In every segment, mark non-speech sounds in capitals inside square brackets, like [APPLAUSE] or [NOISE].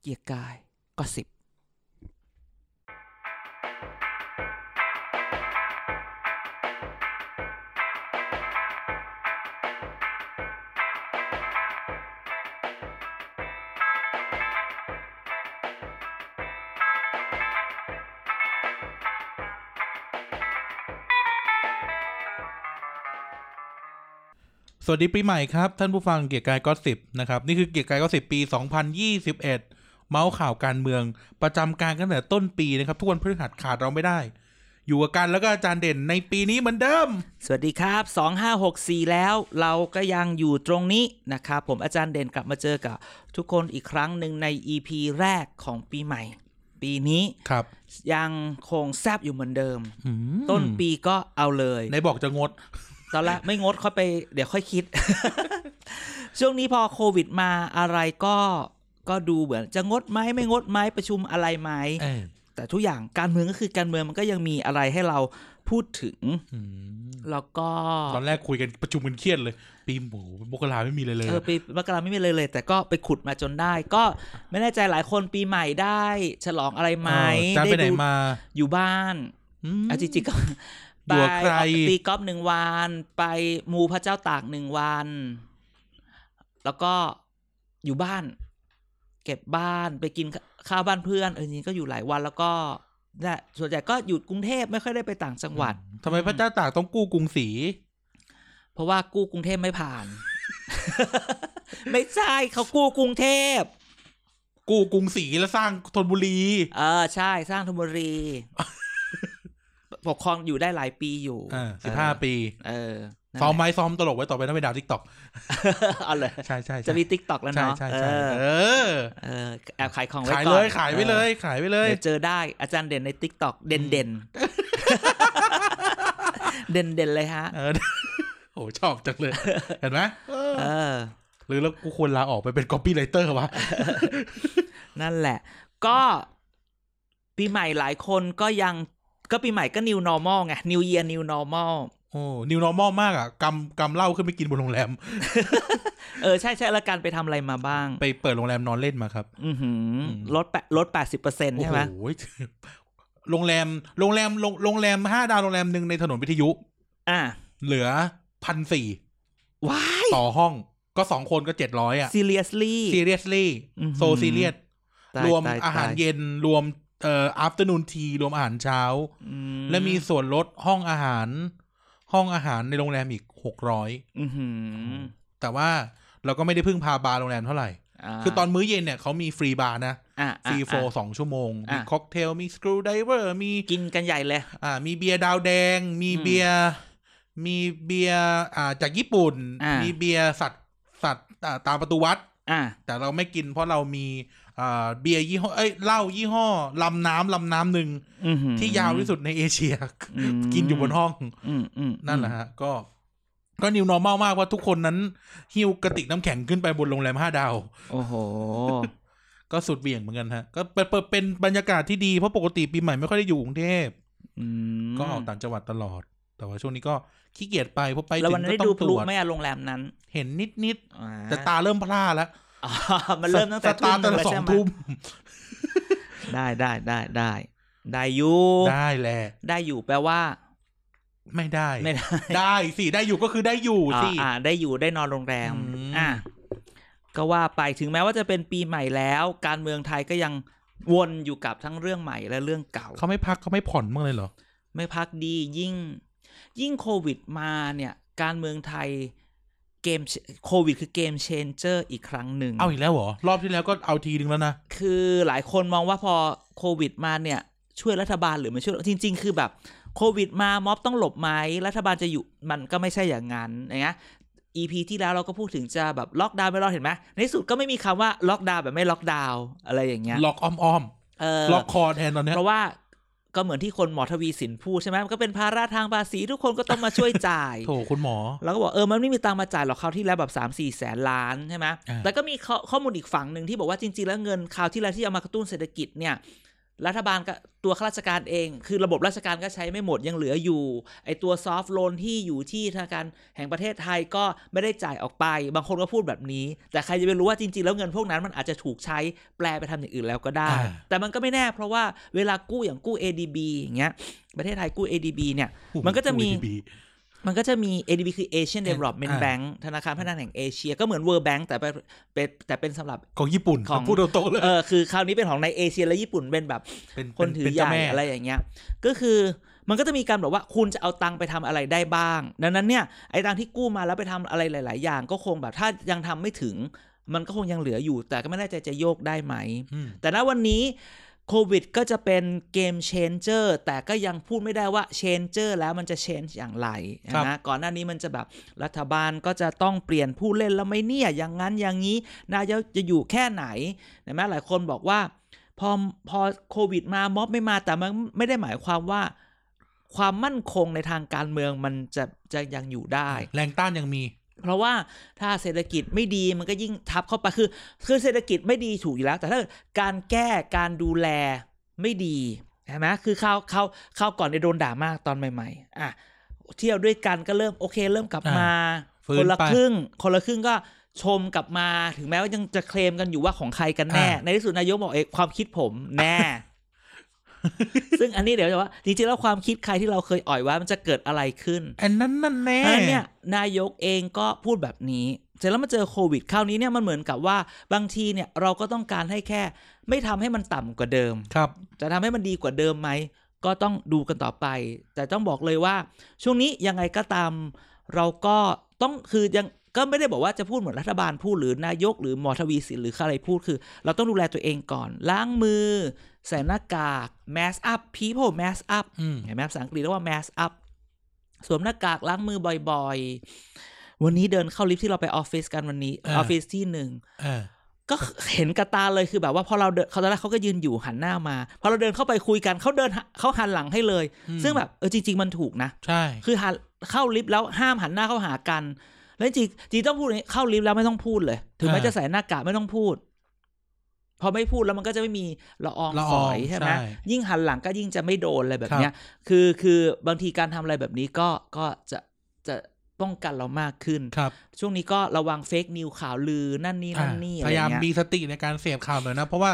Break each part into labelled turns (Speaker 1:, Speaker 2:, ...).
Speaker 1: เกียร์กายก็สิบ
Speaker 2: สวัสดีปีใหม่ครับ ท่านผู้ฟังเกียร์กายก็สิบนะครับ นี่คือเกียร์กายก็สิบปี 2021 เมาส์ข่าวการเมือง ประจำการกันตั้งแต่ต้นปีนะครับ ทุกวันพฤหัสขาดเราไม่ได้ อยู่กับกันแล้วก็อาจารย์เด่นในปีนี้เหมือนเดิม
Speaker 1: สวัสดีครับ 2564 แล้วเราก็ยังอยู่ตรงนี้นะครับ ผมอาจารย์เด่นกลับมาเจอกับทุกคนอีกครั้งหนึ่งใน EP แรกของปีใหม่ ปีนี้
Speaker 2: ครับ
Speaker 1: ยังคงแซบอยู่เหมือนเดิม
Speaker 2: อืม
Speaker 1: ต้นปีก็เอาเลย
Speaker 2: ไหนบอกจะงด
Speaker 1: ตอนแรกไม่งดค่อยไปเดี๋ยวค่อยคิด [LAUGHS] ช่วงนี้พอโควิดมาอะไรก็ก็ดูเหมือนจะงดไหมไม่งดไหมประชุมอะไรไหม
Speaker 2: เออ
Speaker 1: แต่ทุกอย่างการเมืองก็คือการเมืองมันก็ยังมีอะไรให้เราพูดถึง
Speaker 2: อืม
Speaker 1: แล้วก็
Speaker 2: ตอนแรกคุยกันประชุมกันเครียดเลย ปีหมูมกราไม่มีเลยเลย
Speaker 1: เออปีมกราไม่มีเลยเลย แต่ก็ไปขุดมาจนได้ ก็ไม่แน่ใจหลายคนปีใหม่ได้ ฉลองอะไรไหม
Speaker 2: จานไปไหน
Speaker 1: ดู
Speaker 2: มา
Speaker 1: อยู่บ้าน
Speaker 2: อืม
Speaker 1: อาจริงๆก็
Speaker 2: อยู่กับใคร
Speaker 1: ออกตีกอล์ฟหนึ่งวัน ไปมูพระเจ้าตากหนึ่งวัน แล้วก็อยู่บ้าน เก็บบ้านไปกินข้าวบ้านเพื่อนเออจริงๆก็อยู่หลายวันแล้วก็นั่นแหละส่วนใหญ่ก็อยู่กรุงเทพไม่ค่อยได้ไปต่างจังหวัด
Speaker 2: ทำไมพระเจ้าตากต้องกู้กรุงศรี
Speaker 1: เพราะว่ากู้กรุงเทพไม่ผ่าน [LAUGHS] ไม่ใช่เขากู้กรุงเทพ
Speaker 2: กู้กรุงศรีแล้วสร้างธนบุรี
Speaker 1: เออใช่สร้างธนบุรี [LAUGHS] ปกครองอยู่ได้หลายปีอยู่
Speaker 2: อ่าสิบห้าปี
Speaker 1: เออนั่นแหละ
Speaker 2: ซ้อม ไม้ซ้อมตลกไว้ต่อไปนะไปดาวทิกตอก
Speaker 1: [LAUGHS] เอาเลย
Speaker 2: ใช่ใช่ใช่
Speaker 1: จะมีติ๊กต็อกแล้ว
Speaker 2: ใช่
Speaker 1: เนาะ
Speaker 2: ใช่
Speaker 1: เอ
Speaker 2: ใช่
Speaker 1: อ
Speaker 2: เออ
Speaker 1: เออแอบขายของไว้ก่อ
Speaker 2: ขา
Speaker 1: ย น
Speaker 2: เลยขายไว้เลยขายไว้เล
Speaker 1: เออย เดี๋ยวเจอได้อาจารย์เด่นในติ๊กต็อกเด่นเด่น [LAUGHS] เด่นเด่นๆเลยฮะ
Speaker 2: เออ [LAUGHS] โอ้ชอบจัง
Speaker 1: [LAUGHS]
Speaker 2: เลย เห็นไหมเออ
Speaker 1: เออ
Speaker 2: หรือแล้วกูควรลาออกไปเป็น copy writer วะ
Speaker 1: นั่นแหละ ก็ปีใหม่หลายคนก็ยังก็ปีใหม่ก็ new normal ไง new year new normal
Speaker 2: โอ้ new normal มากอ่ะกำกำเหล้าขึ้นไปกินบนโรงแรม
Speaker 1: เออ ใช่ใช่แล้วการไปทำอะไรมาบ้าง
Speaker 2: ไปเปิดโรงแรมนอนเล่นมาครับ
Speaker 1: อือหือ
Speaker 2: ม
Speaker 1: ลดแปลดแปดสิบเปอร์เซ็นต์
Speaker 2: โอ้
Speaker 1: ใช่ไหม
Speaker 2: โหโรงแรมโรงแรมโรงโรงแรมห้าดาวโรงแรมหนึ่งในถนนวิทยุ
Speaker 1: อ่ะ
Speaker 2: เหลือพันสี่
Speaker 1: ว้าย
Speaker 2: ต่อห้องก็สองคนก็เจ็ดร้อยอ่ะ
Speaker 1: seriously
Speaker 2: seriously
Speaker 1: อื้อหือ
Speaker 2: so serious
Speaker 1: ตาย
Speaker 2: รวม
Speaker 1: ตย
Speaker 2: อาหาร
Speaker 1: ตย
Speaker 2: เย็นรวมเอ่อ afternoon tea รวมอาหารเช้า
Speaker 1: อื
Speaker 2: และมีส่วนลดห้องอาหาร ห้องอาหารในโรงแรมอีกหกร้อย
Speaker 1: อือหือ
Speaker 2: แต่ว่าเราก็ไม่ได้พึ่งพาบาร์โรงแรมเท่าไหร่ คือตอนมื้อเย็นเนี่ยเขามีฟรีบาร์นะ
Speaker 1: อ่ะ
Speaker 2: ฟรีโฟ
Speaker 1: อ่ะ
Speaker 2: สองชั่วโมง มี
Speaker 1: อ่ะ
Speaker 2: ค็อกเทล มีสกรูไดเวอร์มี
Speaker 1: กินกันใหญ่เลย
Speaker 2: อ่ามีเบียร์ดาวแดง มี
Speaker 1: อืม
Speaker 2: เบียร์มีเบียร์อ่าจากญี่ปุ่น
Speaker 1: อ่ะ
Speaker 2: มีเบียร์สัตว์สัตว์อ่าตามประตูวัด
Speaker 1: อ่ะ
Speaker 2: แต่เราไม่กินเพราะเรามีอ่าเบียร์ยี่ห้อเอ้ยเหล้ายี่ห้อลำน้ำลำน้ำหนึ่ง
Speaker 1: อื้อหือ
Speaker 2: ที่ยาวที่สุดในเอเชีย [LAUGHS]
Speaker 1: อืม
Speaker 2: กินอยู่บนห้อง
Speaker 1: อืมอืม
Speaker 2: นั่นแหละฮะ ก็ ก็ new normal มากว่าทุกคนนั้น หิ้วกระติกน้ำแข็งขึ้นไปบนโรงแรมห้าดาว
Speaker 1: โอ้โห
Speaker 2: ก็สุดเหวี่ยงเหมือนกันฮะ ก็เป็นเป็นเป็นบรรยากาศที่ดี เพราะปกติปีใหม่ไม่ค่อยได้อยู่กรุงเทพ
Speaker 1: อืม
Speaker 2: ก็ออกต่างจังหวัดตลอด แต่ว่าช่วงนี้ก็ขี้เกียจไปเพราะไป
Speaker 1: แล้ว
Speaker 2: ถึ
Speaker 1: วัน
Speaker 2: ง
Speaker 1: นั้น
Speaker 2: ก็
Speaker 1: ได้
Speaker 2: ต้อ
Speaker 1: ดู
Speaker 2: ง
Speaker 1: พ
Speaker 2: ตร
Speaker 1: ลุ
Speaker 2: วจ
Speaker 1: ไหม่อะโรงแรมนั้น
Speaker 2: เห็นนิดนิด
Speaker 1: อ่า
Speaker 2: ๆแต่ตาเริ่มพร่าแล้ว
Speaker 1: อ๋อ [LAUGHS] มันเริ่มตั้งแต่
Speaker 2: ตาร์ทตั้ง
Speaker 1: หนึ่
Speaker 2: แต่
Speaker 1: แล้ว
Speaker 2: สอ
Speaker 1: ใช่
Speaker 2: ง
Speaker 1: ไห
Speaker 2: ทุ่ม
Speaker 1: ได้ได้ได้ได้ได้อยู่
Speaker 2: ได้แหละ
Speaker 1: ได้อยู่แปลว่า
Speaker 2: ไม่ได้
Speaker 1: ไม่ได้
Speaker 2: ได้สิได้อยู่ก็คือได้อยู่
Speaker 1: อ่า
Speaker 2: สิ
Speaker 1: อ่าได้อยู่ได้นอนโรงแรม
Speaker 2: อืม
Speaker 1: อ่ะก็ว่าไปถึงแม้ว่าจะเป็นปีใหม่แล้ว การเมืองไทยก็ยังวนอยู่กับทั้งเรื่องใหม่และเรื่องเก่า
Speaker 2: เขาไม่พักเขาไม่ผ่อนบ้างเลยเหรอ
Speaker 1: ไม่พักดียิ่ง ยิ่งโควิดมาเนี่ย การเมืองไทยเกมโควิดคือเกมเชนเจอร์อีกครั้งหนึ่ง
Speaker 2: เอาอีกแล้วเหรอ รอบที่แล้วก็เอาทีนึงแล้วนะ
Speaker 1: คือหลายคนมองว่าพอโควิดมาเนี่ย ช่วยรัฐบาลหรือไม่ช่วยจริง ๆ คือแบบโควิดมาม็อบต้องหลบไหมรัฐบาลจะอยู่มันก็ไม่ใช่อย่างนั้นนะฮะ EP ที่แล้วเราก็พูดถึงจะแบบล็อกดาวน์ไม่ล็อกเห็นไหมในที่สุดก็ไม่มีคำว่าล็อกดาวน์แบบไม่ล็อกดาวน์อะไรอย่างเงี้ย
Speaker 2: ล็อกอ้อมอ้อม
Speaker 1: เออ
Speaker 2: ๆล็อกคอแทนตอนเนี้ย
Speaker 1: เพราะว่าก็เหมือนที่คนหมอทวีสินพูดใช่ไหมมันก็เป็นภาระทางภาษีทุกคนก็ต้องมาช่วยจ่าย
Speaker 2: โถคุณหมอ
Speaker 1: แล้วก็บอกเออมันไม่มีตังค์มาจ่ายหรอกคราวที่แล้วแบบ3ามสี่แสนล้านใช่ไหม
Speaker 2: อ่า
Speaker 1: แต่ก็มีข้อข้อมูลอีกฝั่งหนึ่งที่บอกว่าจริง ๆ แล้วเงินคราวที่แล้วที่เอามากระตุ้นเศรษฐกิจเนี่ย รัฐบาลกับตัวข้าราชการเอง คือระบบราชการก็ใช้ไม่หมดยังเหลืออยู่ ไอตัวซอฟ t ์โลนที่อยู่ที่ธนาคารแห่งประเทศไทยก็ไม่ได้จ่ายออกไป บางคนก็พูดแบบนี้ แต่ใครจะไปรู้ว่าจริง ๆ แล้วเงินพวกนั้นมันอาจจะถูกใช้แปลไปทำอย่างอื่นแล้วก็ได้
Speaker 2: อ่า
Speaker 1: แต่มันก็ไม่แน่เพราะว่าเวลากู้อย่างกู้ ADB อย่างเงี้ยประเทศไทยกู้ ADB เนี่ย มันก็จะมี
Speaker 2: ODB
Speaker 1: มันก็จะมี ADB คือ Asian
Speaker 2: เอ็น
Speaker 1: Development
Speaker 2: อ่า
Speaker 1: Bank ธนาคารพัฒนาแห่งเอเชีย ก็เหมือน World Bank แต่เป็นเป็นแต่เป็นสำหรับ
Speaker 2: ของญี่ปุ่น
Speaker 1: ของ
Speaker 2: พูดตรงๆเลย
Speaker 1: เออคือคราวนี้เป็นของในเอเชียและญี่ปุ่นเป็นแบบ
Speaker 2: เป็น
Speaker 1: คนถือ
Speaker 2: เป็น
Speaker 1: ให
Speaker 2: เจ้า
Speaker 1: ญ่
Speaker 2: แม่
Speaker 1: อะไรอย่างเงี้ย ก็คือมันก็จะมีการบอกว่าคุณจะเอาตังค์ไปทำอะไรได้บ้าง ดังนั้นเนี่ยไอ้ตังค์ที่กู้มาแล้วไปทำอะไรหลาย ๆ อย่าง ก็คงแบบถ้ายังทำไม่ถึง มันก็คงยังเหลืออยู่ แต่ก็ไม่แน่ใจจะโยกได้ไหม
Speaker 2: อืม
Speaker 1: แต่ณวันนี้โควิดก็จะเป็นเกมเชนเจอร์แต่ก็ยังพูดไม่ได้ว่าเชนเจอร์แล้วมันจะเชนอย่างไร
Speaker 2: ครับ
Speaker 1: นะก่อนหน้านี้มันจะแบบรัฐบาลก็จะต้องเปลี่ยนผู้เล่นแล้วไหม่เนี่ย อย่างนั้นอย่างนี้นายกจะอยู่แค่ไหนเห็นไหมหลายคนบอกว่า พอพอโควิดมาม็อบไม่มาแต่มันไม่ได้หมายความว่า ความมั่นคงในทางการเมืองมันจะจะยังอยู่ได้
Speaker 2: แรงต้านยังมี
Speaker 1: เพราะว่าถ้าเศรษฐกิจไม่ดีมันก็ยิ่งทับเข้าไปคือคือเศรษฐกิจไม่ดีถูกอยู่แล้ว แต่ถ้าเกิดการแก้การดูแลไม่ดีใช่ไหมคือเขาเขาเขาวก่อนเนี่ยโดนด่ามากตอนใหม่ ๆ อ่ะเที่ยวด้วยกันก็เริ่มโอเค เริ่มกลับมา
Speaker 2: ฟื้น
Speaker 1: คนละ
Speaker 2: ไป
Speaker 1: ครึ่ง คนละครึ่งก็ชมกลับมาถึงแม้ว่ายังจะเคลมกันอยู่ว่าของใครกันแน่
Speaker 2: อ่า
Speaker 1: ในที่สุดนายกบอกเอกความคิดผมแน่ [LAUGHS] ซึ่งอันนี้เดี๋ยวจะว่าจริงๆแล้วความคิดใครที่เราเคยอ่อยไว่ามันจะเกิดอะไรขึ้น
Speaker 2: อันนั้นนั่นแน่
Speaker 1: เพราะฉะนั้นเนี่ยนายกเองก็พูดแบบนี้ เสร็จแล้วมาเจอโควิดคราวนี้เนี่ยมันเหมือนกับว่าบางทีเนี่ยเราก็ต้องการให้แค่ ไม่ทำให้มันต่ำกว่าเดิม
Speaker 2: ครับ
Speaker 1: จะทำให้มันดีกว่าเดิมไหม ก็ต้องดูกันต่อไป แต่ต้องบอกเลยว่า ช่วงนี้ยังไงก็ตาม เราก็ต้องคือยังก็ไม่ได้บอกว่าจะพูดเหมือนรัฐบาลพูดหรือนายกหรือหมอทวีสินหรือใครพูดคือ เราต้องดูแลตัวเองก่อน ล้างมือใส่หน้ากาก mask up people mask up
Speaker 2: อืม
Speaker 1: เห็นไหมภาษาอังกฤษเรียกว่า mask up สวมหน้ากากล้างมือบ่อยๆ วันนี้เดินเข้าลิฟท์ที่เราไปออฟฟิศกันวันนี้อ
Speaker 2: อ่า
Speaker 1: อฟฟิศที่หนึ่ง
Speaker 2: เออ
Speaker 1: ก็เห็นกระตาเลยคือแบบว่าพอเราเดินเขาตอนแรกเขาก็ยืนอยู่หันหน้ามา พอเราเดินเข้าไปคุยกันเขาเดินหาเขาหันหลังให้เลย
Speaker 2: อืม
Speaker 1: ซึ่งแบบเออจริง ๆ มันถูกนะ
Speaker 2: ใช่
Speaker 1: คือหันเข้าลิฟต์แล้วห้ามหันหน้าเข้าหากัน แล้วจริงจริงต้องพูดอย่างนี้เข้าลิฟต์แล้วไม่ต้องพูดเลย ถึงแม้จะใส่หน้ากากไม่ต้องพูด พอไม่พูดแล้วมันก็จะไม่มีละออง
Speaker 2: ละอ
Speaker 1: ฝ
Speaker 2: อ
Speaker 1: อง ยใช่ไหมยิ่งหันหลังก็ยิ่งจะไม่โดนอะไรแบบ
Speaker 2: ครั
Speaker 1: เนี้ย คือคือบางทีการทำอะไรแบบนี้ก็ก็จะจะป้องกันเรามากขึ้น
Speaker 2: ครับ
Speaker 1: ช่วงนี้ก็ระวังเฟกนิวข่าวลือนั่นนี่
Speaker 2: อ่า
Speaker 1: นั่นนี่อะไร
Speaker 2: พยายาม
Speaker 1: เงี้ย
Speaker 2: มีสติในการเสพข่าวหน่อยนะ เพราะว่า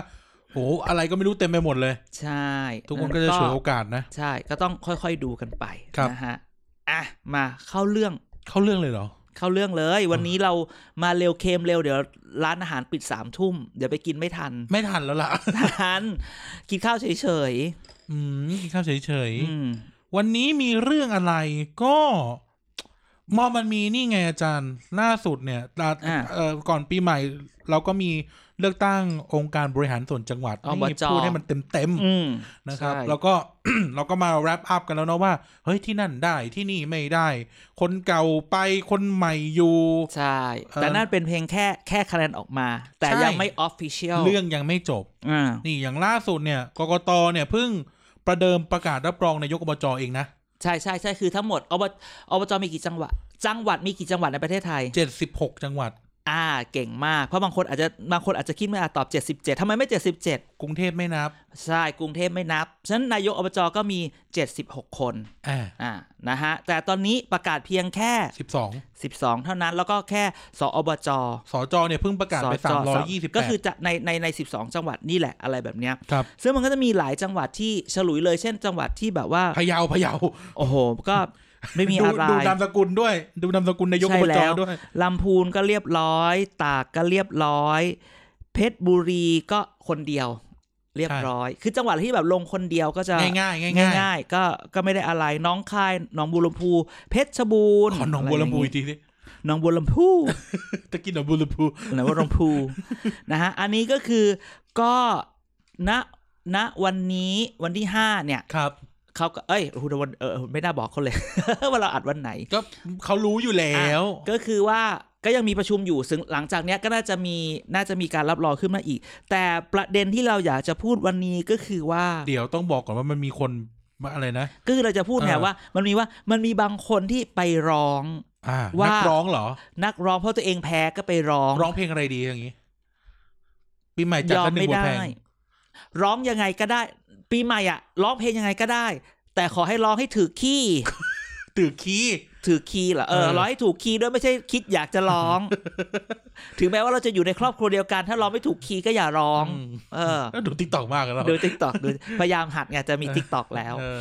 Speaker 2: โหอะไรก็ไม่รู้เต็มไปหมดเลย
Speaker 1: ใช่
Speaker 2: ทุกคนก็จะฉวยโอกาสนะ
Speaker 1: ใช่ก็ต้องค่อยๆดูกันไป
Speaker 2: ครับ
Speaker 1: นะฮะอ่ะมาเข้าเรื่อง
Speaker 2: เข้าเรื่องเลยเหรอ
Speaker 1: เข้าเรื่องเลย วันนี้เรามาเร็วเค็มเร็วเดี๋ยวร้านอาหารปิดสามทุ่มเดี๋ยวไปกินไม่ทัน [LAUGHS]
Speaker 2: ไม่ทันแล้วล่ะ
Speaker 1: ทันกินข้าวเฉย
Speaker 2: อืมกินข้าวเฉย
Speaker 1: ๆ
Speaker 2: ๆ
Speaker 1: อืม
Speaker 2: วันนี้มีเรื่องอะไรก็มอมันมีนี่ไงอาจารย์ล่าสุดเนี่ยตา
Speaker 1: ะ
Speaker 2: เอ่อก่อนปีใหม่ เราก็มีเลือกตั้งองค์การบริหารส่วนจังหวัด
Speaker 1: อ๋อ
Speaker 2: นี่
Speaker 1: บจ
Speaker 2: พูดให้มันเต็ม
Speaker 1: อืม
Speaker 2: ๆนะครับ
Speaker 1: ใช่
Speaker 2: แล้วก็ [CLEARS THROAT] เราก็มา wrap up กันแล้วเนาะว่าเฮ้ยที่นั่นได้ที่นี่ไม่ได้ คนเก่าไปคนใหม่อยู่
Speaker 1: ใช่
Speaker 2: เอ่อ
Speaker 1: แต่นั่นเป็นเพียงแค่แค่คะแนนออกมา แต่
Speaker 2: ใช่
Speaker 1: ยังไม่ออฟฟิเชียล
Speaker 2: เรื่องยังไม่จบ
Speaker 1: อ่า
Speaker 2: นี่อย่างล่าสุดเนี่ยกกตเนี่ยเพิ่งประเดิมประกาศรับรองนายกอบจเองนะ
Speaker 1: ใช่ใช่ใช่คือทั้งหมดอบอบจมีกี่จังหวัด จังหวัดมีกี่จังหวัดในประเทศไทย
Speaker 2: เจ็ดสิบหกจังหวัด
Speaker 1: อ่าเก่งมากเพราะบางคนอาจจะบางคนอาจจะคิดไม่อาจตอบ 77ทำไมไม่ 77
Speaker 2: กรุงเทพไม่นับ
Speaker 1: ใช่กรุงเทพไม่นับ ฉะนั้นนายกอบจก็มี 76 คน
Speaker 2: อ่า
Speaker 1: อ่านะฮะแต่ตอนนี้ประกาศเพียงแค่
Speaker 2: สิบสอง
Speaker 1: 12 เท่านั้นแล้วก็แค่สอบจ
Speaker 2: สจเนี่ยเพิ่งประกาศไป
Speaker 1: ส
Speaker 2: สาม
Speaker 1: จ
Speaker 2: ร้อยยี่สิบ
Speaker 1: ก็คือจะในในใน 12 จังหวัดนี่แหละอะไรแบบเนี้ย
Speaker 2: ครับ
Speaker 1: ซึ่งมันก็จะมีหลายจังหวัดที่ฉลุยเลยเช่น จังหวัดที่แบบว่า
Speaker 2: พะเยาพะเยา
Speaker 1: โอ้โหก็ไม่มี
Speaker 2: ดู
Speaker 1: อะไร
Speaker 2: ดูนามสกุลด้วย ดูนามสกุลนายกอบ
Speaker 1: ใช่
Speaker 2: จ
Speaker 1: แล้ว
Speaker 2: ด้วย
Speaker 1: ลำพูนก็เรียบร้อย ตากก็เรียบร้อย เพชรบุรีก็คนเดียว เรียบร้อย คือจังหวัดที่แบบลงคนเดียวก็จะ
Speaker 2: ง่ายง่ายๆง่าย
Speaker 1: ง่ายๆก็ก็ไม่ได้อะไรน้องคายหนองบัวลำพู เพชรชบูรณ์
Speaker 2: ๆขอหนองบัวลำพู
Speaker 1: ะไร
Speaker 2: อีกทีสิ
Speaker 1: หนองบัวลำพู
Speaker 2: ตะกี้หนองบัวลำพู
Speaker 1: หนองบัวลำพู [LAUGHS] นะฮะอันนี้ก็คือก็ณณวันนี้วันที่ห้าเนี่ย
Speaker 2: ครับ
Speaker 1: เขาก็เอ้ยโอ้โหวันเออไม่น่าบอกเขาเลย [LAUGHS] ว่าเราอัดวันไหน
Speaker 2: ก็เขารู้อยู่แล้ว
Speaker 1: ก็คือว่าก็ยังมีประชุมอยู่ซึ่งหลังจากเนี้ยก็น่าจะมีน่าจะมีการรับรองขึ้นมาอีก แต่ประเด็นที่เราอยากจะพูดวันนี้ก็คือว่า
Speaker 2: เดี๋ยวต้องบอกก่อนว่ามันมีคนมาอะไรนะ
Speaker 1: ก็คือเราจะพูดเนี่ย
Speaker 2: เออ
Speaker 1: ว่ามันมีว่ามันมีบางคนที่ไปร้อง
Speaker 2: อ่า
Speaker 1: ว่า
Speaker 2: นักร้องเหรอ
Speaker 1: นักร้องเพราะตัวเองแพ้ก็ไปร้อง
Speaker 2: ร้องเพลงอะไรดีอย่างนี้ปีใหม่จัด
Speaker 1: ยอ
Speaker 2: กั
Speaker 1: ม
Speaker 2: นหนึ่
Speaker 1: ไม่
Speaker 2: งบท
Speaker 1: ได้
Speaker 2: เพลง
Speaker 1: ร้องยังไงก็ได้ ปีใหม่อ่ะร้องเพลงยังไงก็ได้ แต่ขอให้ร้องให้ถือคี
Speaker 2: [LAUGHS]
Speaker 1: ย์
Speaker 2: ตื่นขี้
Speaker 1: ถือคีย์เหรอเออ
Speaker 2: เออ
Speaker 1: ร้องให้ถูกคีย์ด้วยไม่ใช่คิดอยากจะร้อง
Speaker 2: [LAUGHS]
Speaker 1: ถึงแม้ว่าเราจะอยู่ในครอบครัวเดียวกัน ถ้าร้องไม่ถูกคีย์ก็อย่าร้อง
Speaker 2: ม
Speaker 1: เออ
Speaker 2: แล้วดูติ๊กตอกมากแล้ว
Speaker 1: ดูทิกตอกดูพยายามหัดไงจะมีทิกตอกแล้ว
Speaker 2: เออ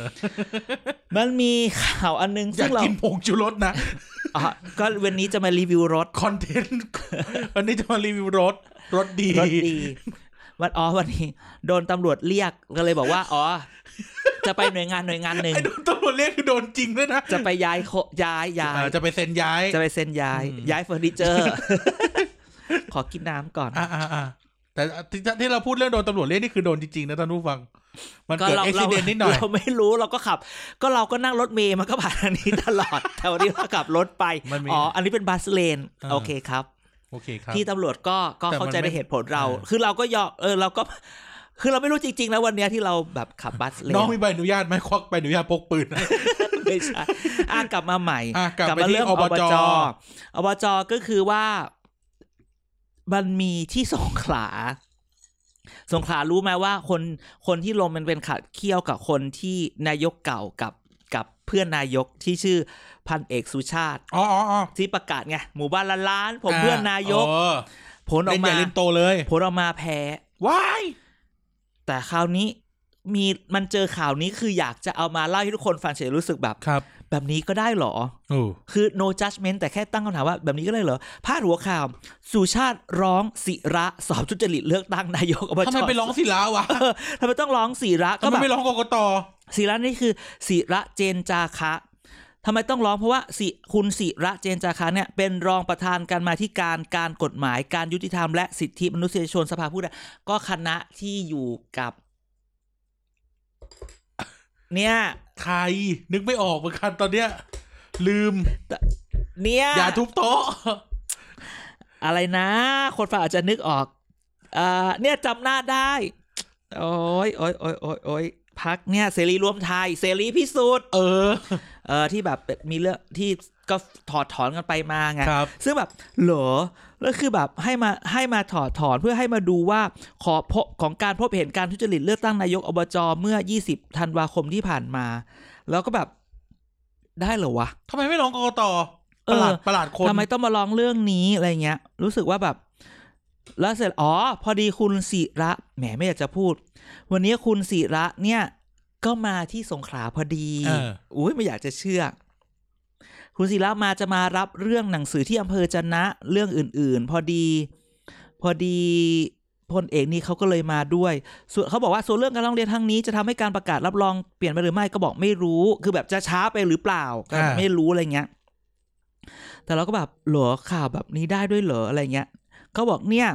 Speaker 1: มันมีข่าวอันนึง
Speaker 2: อยา
Speaker 1: ซึ่
Speaker 2: ก
Speaker 1: งเรา
Speaker 2: กินผงชูรสนะ [LAUGHS]
Speaker 1: อ่ะก็วันนี้จะมารีวิวรถ
Speaker 2: คอนเทนต์ [LAUGHS] วันนี้จะมารีวิวรถ รถดี
Speaker 1: รถดีวันอ๋อวันนี้ โดนตำรวจเรียกก็เลยบอกว่า อ๋อ จะไปหน่วยงานหน่วยงานหนึ่ง
Speaker 2: ไอ้โดนตำรวจเรียกคือโดนจริงด้วยนะ
Speaker 1: จะไปย้ายโคย้ายย้าย
Speaker 2: เออจะไปเซ็นย้าย
Speaker 1: จะไปเซ็นย้าย
Speaker 2: อืม
Speaker 1: ย้ายเฟอร์นิเจอร์
Speaker 2: [LAUGHS]
Speaker 1: ขอกินน้ำก่อน
Speaker 2: อ่าอ่าอ่าแต่ที่ที่เราพูดเรื่องโดนตำรวจเรียกนี่คือโดนจริงๆนะท่านผู้ฟัง มัน
Speaker 1: ก็
Speaker 2: เกิด
Speaker 1: เรา
Speaker 2: อุบิ
Speaker 1: เรา
Speaker 2: เหตุนิดหน่อย
Speaker 1: เราไม่รู้เราก็ขับ ก็เราก็นั่งรถเมย์มันก็ผ่านอันนี้ตลอด [LAUGHS] แต่วันนี้เราขับรถไป
Speaker 2: มันมี
Speaker 1: อ๋ออันนี้เป็นบัสเลน
Speaker 2: อ่า
Speaker 1: โอเคครับ
Speaker 2: โอเคครับ
Speaker 1: ที่ตำรวจก็ก็
Speaker 2: แต่มัน
Speaker 1: เข้าใจในเหตุผลเรา
Speaker 2: ไม่เออ
Speaker 1: คือเราก็ยอมเออเราก็ คือเราไม่รู้จริงๆแล้ววันเนี้ยที่เราแบบขับบัสเล
Speaker 2: น้อง
Speaker 1: น
Speaker 2: มีใบอนุญาตไหมควักใบอนุญาตพกปืนนะ
Speaker 1: ไม่ใช่อ่ะกลับมาใหม่
Speaker 2: อ่ะกลับไปที่
Speaker 1: เรื่อง
Speaker 2: อบจ
Speaker 1: อบจก็คือว่า มันมีที่สงขลา สงขลารู้ไหมว่า คนคนที่ลงมันเป็นขัดเคี่ยวกับคนที่นายกเก่ากับกับเพื่อนนายกที่ชื่อพันเอกสุชาติ
Speaker 2: อ๋ออ๋ออ๋อ
Speaker 1: ที่ประกาศไงหมู่บ้านละล้าน ผมเพื่อนนายก
Speaker 2: เออ
Speaker 1: ผลออ
Speaker 2: เล่น
Speaker 1: ก
Speaker 2: ใหญ่
Speaker 1: มา
Speaker 2: เล่นโตเลย
Speaker 1: ผลออกมาแพ้
Speaker 2: ว้าย
Speaker 1: แต่คราวนี้มีมันเจอข่าวนี้คืออยากจะเอามาเล่าให้ทุกคนฟังเฉยรู้สึกแบบ
Speaker 2: ครับ
Speaker 1: แบบนี้ก็ได้เหรอ
Speaker 2: โอ้
Speaker 1: คือ no judgment แต่แค่ตั้งคำถามว่าแบบนี้ก็ได้เหรอพาดหัวข่าว สุชาติร้องศิระสอบทุจริตเลือกตั้งนายกอบจ
Speaker 2: ทำไมไปร้องศิลาวะ
Speaker 1: เออทำไมต้องร้องศิระ
Speaker 2: ทำ
Speaker 1: ก็
Speaker 2: ไม
Speaker 1: แบบ
Speaker 2: ไม่ร้องกกต
Speaker 1: ศิระนี่คือศิระเจนจาคะทำไมต้องร้องเพราะว่าสิคุณศิระเจนจาคะเนี่ยเป็นรองประธานการมาธิการการกฎหมายการยุติธรรมและสิทธิมนุษยชนสภาผู้แทนก็คณะที่อยู่กับ เนี่ย
Speaker 2: ใครนึกไม่ออกเหมือนกันตอนเนี้ย ลืม
Speaker 1: เนี่ย
Speaker 2: อย่าทุบโต๊ะ
Speaker 1: อะไรนะ คนฟังอาจจะนึกออกเอ่อเนี่ยจำหน้าได้ โอ้ยโอ้ยโอ้ยโอ้ยโอ้ยพักเนี่ยเสรีรวมไทย เสรีพิสูจน์
Speaker 2: เออ
Speaker 1: เออที่แบบมีเรื่องที่ก็ถอดถอนกันไปมาไง
Speaker 2: ครับ
Speaker 1: ซึ่งแบบเหรอแล้วคือแบบให้มาให้มาถอดถอนเพื่อให้มาดูว่าขอพบของการพบเห็นการทุจริตเลือกตั้งนายกอบจเมื่อ 20 ธันวาคมที่ผ่านมา แล้วก็แบบได้เหรอวะ
Speaker 2: ทำไมไม่ร้องกกต
Speaker 1: เอ
Speaker 2: ป
Speaker 1: อ
Speaker 2: ระหลาดประหลาดคน
Speaker 1: ทำไมต้องมาร้องเรื่องนี้อะไรเงี้ย รู้สึกว่าแบบ แล้วเสร็จอ๋อ พอดีคุณศิระแหมไม่อยากจะพูด วันนี้คุณศิระเนี่ย ก็มาที่สงขลาพอดี
Speaker 2: เออ
Speaker 1: อุ้ยไม่อยากจะเชื่อ คุณศิระมาจะมารับเรื่องหนังสือที่อำเภอจะนะเรื่องอื่น ๆ พอดี พอดีพลเอกนี่เขาก็เลยมาด้วยส่วนเขาบอกว่าส่วนเรื่องการร้องเรียนครั้งนี้จะทำให้การประกาศรับรองเปลี่ยนไปหรือไม่ก็บอกไม่รู้ คือแบบจะช้าไปหรือเปล่าก็
Speaker 2: อ่า
Speaker 1: ไม่รู้อะไรเงี้ย แต่เราก็แบบเหรอข่าวแบบนี้ได้ด้วยเหรออะไรเงี้ยเขาบอกเนี่ย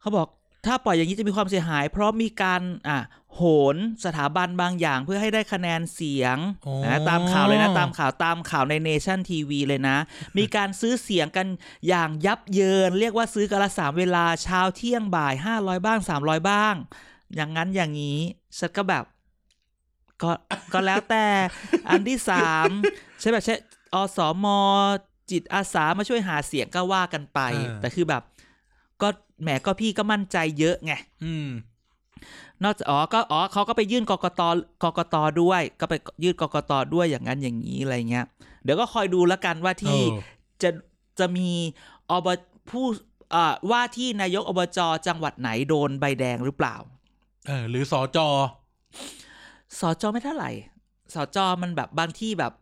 Speaker 1: เขาบอกถ้าปล่อยอย่างนี้จะมีความเสียหาย เพราะมีการอ่ะโหนสถาบันบางอย่างเพื่อให้ได้คะแนนเสียง
Speaker 2: อ๋อ
Speaker 1: นะตามข่าวเลยนะตามข่าวตามข่าวในเนชั่นทีวีเลยนะ มีการซื้อเสียงกันอย่างยับเยิน เรียกว่าซื้อกันละสามเวลาเช้าเที่ยงบ่ายห้าร้อยบ้างสามร้อยบ้าง อย่างนั้นอย่างนี้ฉันก็แบบ ก็
Speaker 2: [LAUGHS]
Speaker 1: ก็แล้วแต่ อันที่สามใช่แบบใช่อสมจิตอาสามาช่วยหาเสียงก็ว่ากันไป
Speaker 2: เออ
Speaker 1: แต่คือแบบ ก็แหมก็พี่ก็มั่นใจเยอะไง
Speaker 2: อืม
Speaker 1: นอกจากอ๋อก็อ๋อเขาก็ไปยื่นกกตกกตด้วย ก็ไปยื่นกกตด้วยอย่างนั้นอย่างนี้อะไรเงี้ย เดี๋ยวก็คอยดูแล้วกันว่าที่
Speaker 2: เออ
Speaker 1: จะจะมีอบผู้อ่าว่าที่นายกอบจจังหวัดไหนโดนใบแดงหรือเปล่า
Speaker 2: เออ หรือสอจอ
Speaker 1: สจไม่เท่าไหร่สจมันแบบบางที่แบบ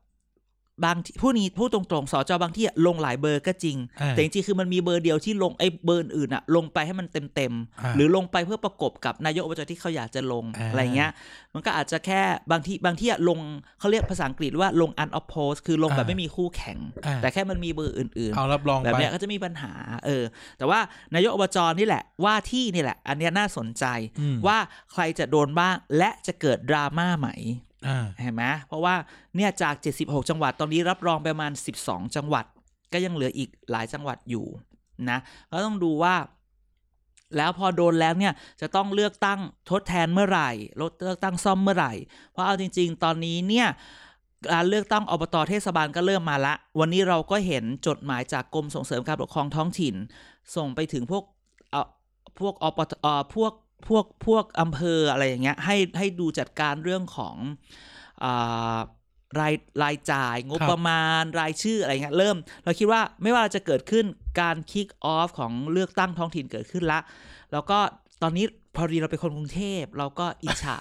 Speaker 1: บางที่ผู้นี้พูดตรงๆสจบางที่อะลงหลายเบอร์ก็จริง
Speaker 2: อ่า
Speaker 1: แต่จริงๆคือมันมีเบอร์เดียวที่ลงไอ้เบอร์อื่นอะลงไปให้มันเต็ม
Speaker 2: อ่า
Speaker 1: ๆหรือลงไปเพื่อประกบกับนายกอบจที่เขาอยากจะลง
Speaker 2: อ่า
Speaker 1: อะไรเงี้ย มันก็อาจจะแค่บางที่บางที่อะลงเขาเรียกภาษาอังกฤษว่าลง unopposed คือลงแบบไม่มีคู่แข่ง
Speaker 2: อ่า
Speaker 1: แต่แค่มันมีเบอร์อื่นๆ
Speaker 2: เอารับรอง
Speaker 1: แบบ
Speaker 2: ไป
Speaker 1: เนี้ยก็จะมีปัญหา เออ แต่ว่านายกอบจนี่แหละ ว่าที่นี่แหละ อันเนี้ยน่าสนใจ
Speaker 2: อืม
Speaker 1: ว่าใครจะโดนบ้าง และจะเกิดดราม่าไหม
Speaker 2: อ่า
Speaker 1: เห็นไหมเพราะว่าเนี่ยจาก 76 จังหวัดตอนนี้รับรองไปประมาณ 12 จังหวัด ก็ยังเหลืออีกหลายจังหวัดอยู่นะก็ต้องดูว่า แล้วพอโดนแล้วเนี่ยจะต้องเลือกตั้งทดแทนเมื่อไหร่ลดเลือกตั้งซ่อมเมื่อไหร่ เพราะเอาจริง ๆ ตอนนี้เนี่ยการเลือกตั้งอบตเทศบาลก็เริ่มมาละ วันนี้เราก็เห็นจดหมายจากกรมส่งเสริมการปกครองท้องถิ่น ส่งไปถึงพวกเอ่อพวกอปตเอ่อพวก พวกพวกอำเภออะไรอย่างเงี้ยให้ให้ดูจัดการเรื่องของอ่ารายรายจ่ายงบ
Speaker 2: ครับ
Speaker 1: ประมาณรายชื่ออะไรเงี้ยเริ่ม เราคิดว่าไม่ว่าจะเกิดขึ้นการคิกออฟของเลือกตั้งท้องถิ่นเกิดขึ้นละ แล้วก็ตอนนี้พอดีเราเป็นคนกรุงเทพ เราก็อิจฉา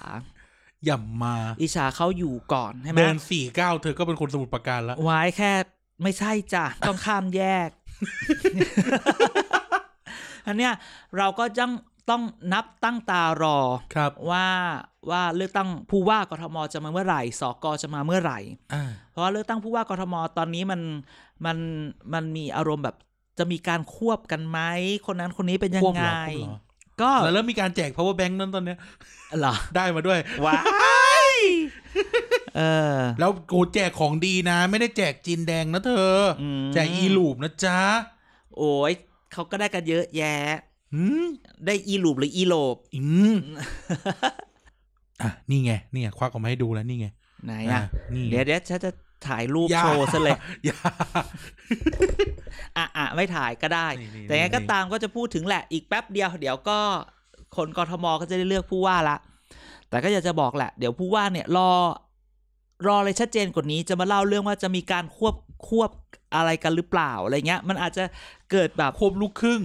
Speaker 2: อย่ามา
Speaker 1: อิจฉาเขาอยู่ก่อนใช่ไหม
Speaker 2: เดินสี่เก้าเธอก็เป็นคนสมุทรปราการแล้ว
Speaker 1: ไว้แค่ไม่ใช่จ้ะ ต้องข้ามแยก [LAUGHS] อันเนี้ยเราก็จังต้องนับตั้งตารอ
Speaker 2: ครับ
Speaker 1: ว่าว่าเลือกตั้งผู้ว่ากทมจะมาเมื่อไหร่ สกจะมาเมื่อไหร่
Speaker 2: อ่า
Speaker 1: เพราะว่าเลือกตั้งผู้ว่ากทมตอนนี้มันมันมันมีอารมณ์แบบจะมีการควบกันไหมคนนั้นคนนี้เป็นยัง
Speaker 2: ควบเห
Speaker 1: ไง
Speaker 2: รอควบเหรอ
Speaker 1: ก็
Speaker 2: แล้วเริ่มมีการแจก power bank นั่นตอนเนี้ย
Speaker 1: เหรอ
Speaker 2: ได้มาด้วย
Speaker 1: ว้าย เออ
Speaker 2: แล้วกูแจกของดีนะ ไม่ได้แจกจีนแดงนะเธออ
Speaker 1: อืม
Speaker 2: แจกอีลูปนะจ๊ะ
Speaker 1: โอ้ยเขาก็ได้กันเยอะแยะ
Speaker 2: อืม
Speaker 1: ได้อีหลูบหรืออีโลบ
Speaker 2: อืมอ่ะ นี่ไง นี่ไงควักออกมาให้ดูแล้ว นี่ไง
Speaker 1: ไหน
Speaker 2: อ่ะ
Speaker 1: อ่ะ
Speaker 2: นี่
Speaker 1: เดี๋ยวเดี๋ยวฉันจะถ่ายรูป
Speaker 2: อย่า
Speaker 1: โชว์ซะ
Speaker 2: [LAUGHS]
Speaker 1: เลย
Speaker 2: อย่า
Speaker 1: อ่ะอ่ะไม่ถ่ายก็ได้
Speaker 2: นี่นี่
Speaker 1: แต่ยังไง
Speaker 2: นี่
Speaker 1: ก็ตามก็จะพูดถึงแหละอีกแป๊บเดียว เดี๋ยวก็คนกทมก็จะได้เลือกผู้ว่าละ แต่ก็อยากจะบอกแหละ เดี๋ยวผู้ว่าเนี่ยรอ รออะไรชัดเจนกว่านี้จะมาเล่าเรื่องว่าจะมีการควบควบอะไรกันหรือเปล่าอะไรเงี้ย มันอาจจะเกิดแบบ
Speaker 2: ควบลูกครึ่ง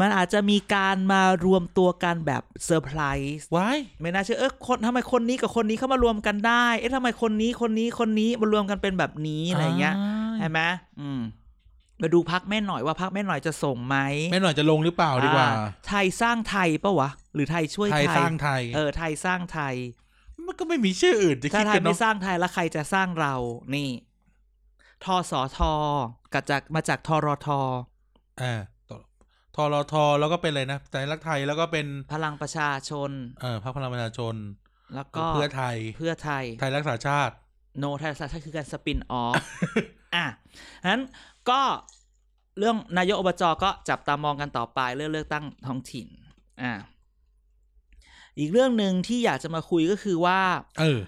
Speaker 1: มันอาจจะมีการมารวมตัวกันแบบเซอร์ไพรส์
Speaker 2: ว้าย
Speaker 1: ไม่น่าเชื่อเออคนทำไมคนนี้กับคนนี้เข้ามารวมกันได้ เอ๊ะทำไมคนนี้คนนี้คนนี้มารวมกันเป็นแบบนี้อะไรเงี้ย
Speaker 2: อ่า
Speaker 1: ใช่ไหมอืมมาดูพักแม่หน่อยว่าพักแม่หน่อยจะส่งไหม
Speaker 2: แม่หน่อยจะลงหรือเปล่าดีกว่า
Speaker 1: อ่ไทยสร้างไทยปะวะ หรือไทยช่วย
Speaker 2: ไท
Speaker 1: ไท
Speaker 2: ย
Speaker 1: ย
Speaker 2: สร้างไทย
Speaker 1: เออไทยสร้างไทย
Speaker 2: มันก็ไม่มีชื่ออื่นจะ
Speaker 1: ถ้า
Speaker 2: คิด
Speaker 1: ไท
Speaker 2: กั
Speaker 1: ย
Speaker 2: น
Speaker 1: ไม่
Speaker 2: เนาะ
Speaker 1: สร้างไทยแล้วใครจะสร้างเรานี่ทอสอทอกบจากมาจากทอรอทอ
Speaker 2: อ่าต่อทรทแล้วก็เป็นอะไรนะใจรักไทยแล้วก็เป็น
Speaker 1: พลังประชาชน
Speaker 2: เอ่อพรรคพลังประชาชน
Speaker 1: แล้วก็
Speaker 2: เพื่อไทย
Speaker 1: เพื่อไทย
Speaker 2: ไทยรักษาชาติ
Speaker 1: โนไทยรักษาชาติคือการสปินออ
Speaker 2: [LAUGHS]
Speaker 1: ฟ อ่ะนั้นก็เรื่องนายกอบจก็จับตามองกันต่อไปเรื่องเลือกตั้งท้องถิ่น อ่ะอีกเรื่องหนึ่งที่อยากจะมาคุยก็คือว่า
Speaker 2: เออ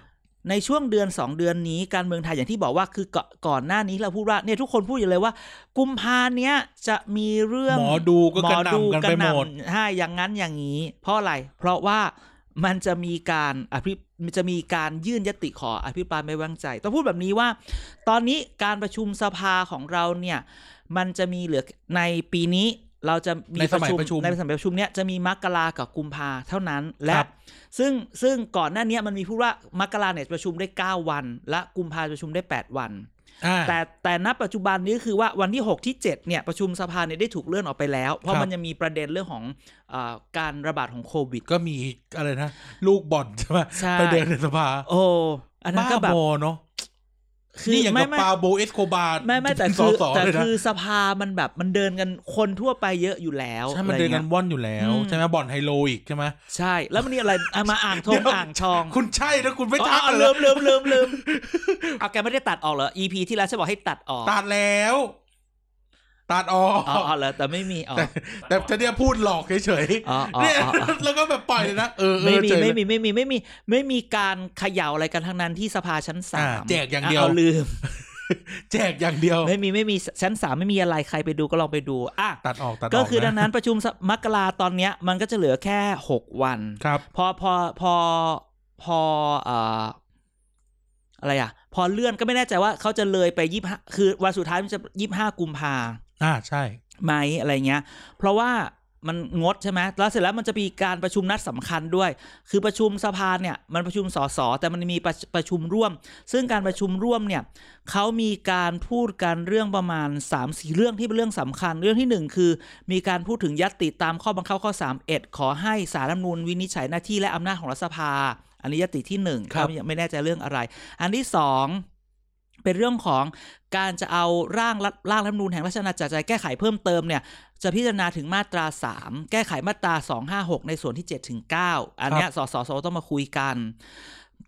Speaker 1: ในช่วงเดือน 2 เดือนนี้การเมืองไทยอย่างที่บอกว่าคือก่อนก่อนหน้านี้เราพูดว่าเนี่ยทุกคนพูดอยู่เลยว่า กุมภาเนี้ยจะมีเรื่อง
Speaker 2: หมอดูก็กระหน่ำกันไปหมด
Speaker 1: ใช่อย่างนั้นอย่างนี้ เพราะอะไร เพราะว่ามันจะมีการอภิมันจะมีการยื่นยติขออภิปรายไม่ไว้วางใจ ต้องพูดแบบนี้ว่า ตอนนี้การประชุมสภาของเราเนี่ย มันจะมีเหลือในปีนี้เราจะมี
Speaker 2: ในสมัยประชุม
Speaker 1: ในสมัยประชุมเนี่ยจะมีมกรากับกุมภาเท่านั้นและ
Speaker 2: ครับ
Speaker 1: ซึ่งซึ่งก่อนหน้าเนี้ยมันมีพูดว่ามกราเนี่ยประชุมได้ 9 วัน และกุมภาประชุมได้ 8 วัน
Speaker 2: อ่า
Speaker 1: แต่แต่ณปัจจุบันนี้คือว่าวันที่ 6 ที่ 7 เนี่ยประชุมสภาเนี่ยได้ถูกเลื่อนออกไปแล้ว เพ
Speaker 2: ค
Speaker 1: ราะ
Speaker 2: รับ
Speaker 1: มันยังมีประเด็นเรื่องของเออการระบาดของโควิด
Speaker 2: ก็มีอะไรนะ ลูกบ่อนใช่ไหม
Speaker 1: ใช่
Speaker 2: ไปเดินในสภา
Speaker 1: โอ้อันนั้น
Speaker 2: บ้า
Speaker 1: ก็แบบ บ
Speaker 2: อเนาะ
Speaker 1: คื
Speaker 2: นี่อย่าง
Speaker 1: ไม่
Speaker 2: กับ
Speaker 1: ไม่
Speaker 2: ปาโบเอสโคบาร์
Speaker 1: ไม่ไม่แต่
Speaker 2: เป็นส
Speaker 1: คือ
Speaker 2: ส
Speaker 1: แต่
Speaker 2: เลยนะ
Speaker 1: คือสภามันแบบมันเดินกันคนทั่วไปเยอะอยู่แล้ว
Speaker 2: ใช่มัน
Speaker 1: อะไร
Speaker 2: เดินกั
Speaker 1: เงี้
Speaker 2: น
Speaker 1: ย
Speaker 2: ว่อนอยู่แล้ว
Speaker 1: อืม
Speaker 2: ใช่ไหมบ่อนไฮโลอีกใช่ไหม
Speaker 1: ใช่ แล้วมันนี่อะไรเอามาอ่างท
Speaker 2: เดี๋
Speaker 1: ง
Speaker 2: ยว
Speaker 1: อ่างทอง
Speaker 2: คุณใช่แล้วคุณไม่
Speaker 1: อ๋อ
Speaker 2: ทัก
Speaker 1: อ๋อ
Speaker 2: เล
Speaker 1: ลื
Speaker 2: ย
Speaker 1: มลืมลืมลืมเอาแกไม่ได้ตัดออกเหรอ EP ที่แล้วฉันบอกให้ตัดออก
Speaker 2: ตัดแล้วตัดออก
Speaker 1: อ๋ออ๋อเหรอแต่ไม่มีอ๋อ
Speaker 2: แต่แต่จะเนี่ยพูดหลอกเฉย
Speaker 1: อ๋ออ๋อ
Speaker 2: ๆเนี่ย
Speaker 1: อ๋ออ๋อ
Speaker 2: แล้วก็แบบปล่อยเลยนะเออเอ
Speaker 1: ไม่
Speaker 2: อ
Speaker 1: มี
Speaker 2: เฉยเล
Speaker 1: ไม่
Speaker 2: ย
Speaker 1: มีไม่มีไม่มีไม่มีการเขย่าอะไรกันทั้งนั้นที่สภาชั้นสาม
Speaker 2: อ่าแจกอย่างเดียว
Speaker 1: เอาลืม
Speaker 2: แจกอย่างเดียว
Speaker 1: ไม่มีไม่มีชั้นสามไม่มีอะไรใครไปดูก็ลองไปดูอ่ะ
Speaker 2: ตัดออกตัดออก
Speaker 1: ก็คือ
Speaker 2: นะ
Speaker 1: ดังนั้นประชุมสมกราตอนเนี้ยมันก็จะเหลือแค่หกวัน
Speaker 2: ครับ
Speaker 1: พอพอพอพอเอ่ออะไรอ่ะ พอเลื่อนก็ไม่แน่ใจว่าเขาจะเลยไปยี่ห้าคือวันสุดท้ายมันจะยี่ห้ากุมภา
Speaker 2: อ่าใช่
Speaker 1: ไหมอะไรเงี้ย เพราะว่ามันงดใช่ไหมแล้วเสร็จแล้วมันจะมีการประชุมนัดสำคัญด้วย คือประชุมสภาเนี่ย มันประชุมสสแต่มันมีประประชุมร่วม ซึ่งการประชุมร่วมเนี่ยเขามีการพูดกันเรื่องประมาณ3ามสี่เรื่องที่เป็นเรื่องสำคัญ เรื่องที่หนึ่งคือ มีการพูดถึงยัตติตามข้อบังคับข้อ 31 ขอให้สารรัฐธรรมนูญวินิจฉัยหน้าที่และอำนาจของรัฐสภา อันนี้ยตติที่หนึ่ง
Speaker 2: ครับ
Speaker 1: ก็ยังไม่แน่ใจเรื่องอะไร อันที่สองเป็นเรื่องของการจะเอาร่างรัฐร่างรัฐธรรมนูญแห่งราชอาณาจักรไทยแก้ไขเพิ่มเติมเนี่ย จะพิจารณาถึงมาตรา 3 แก้ไขมาตรา 256 ในส่วนที่7ถึง9อันเนี้ยสสสต้องมาคุยกัน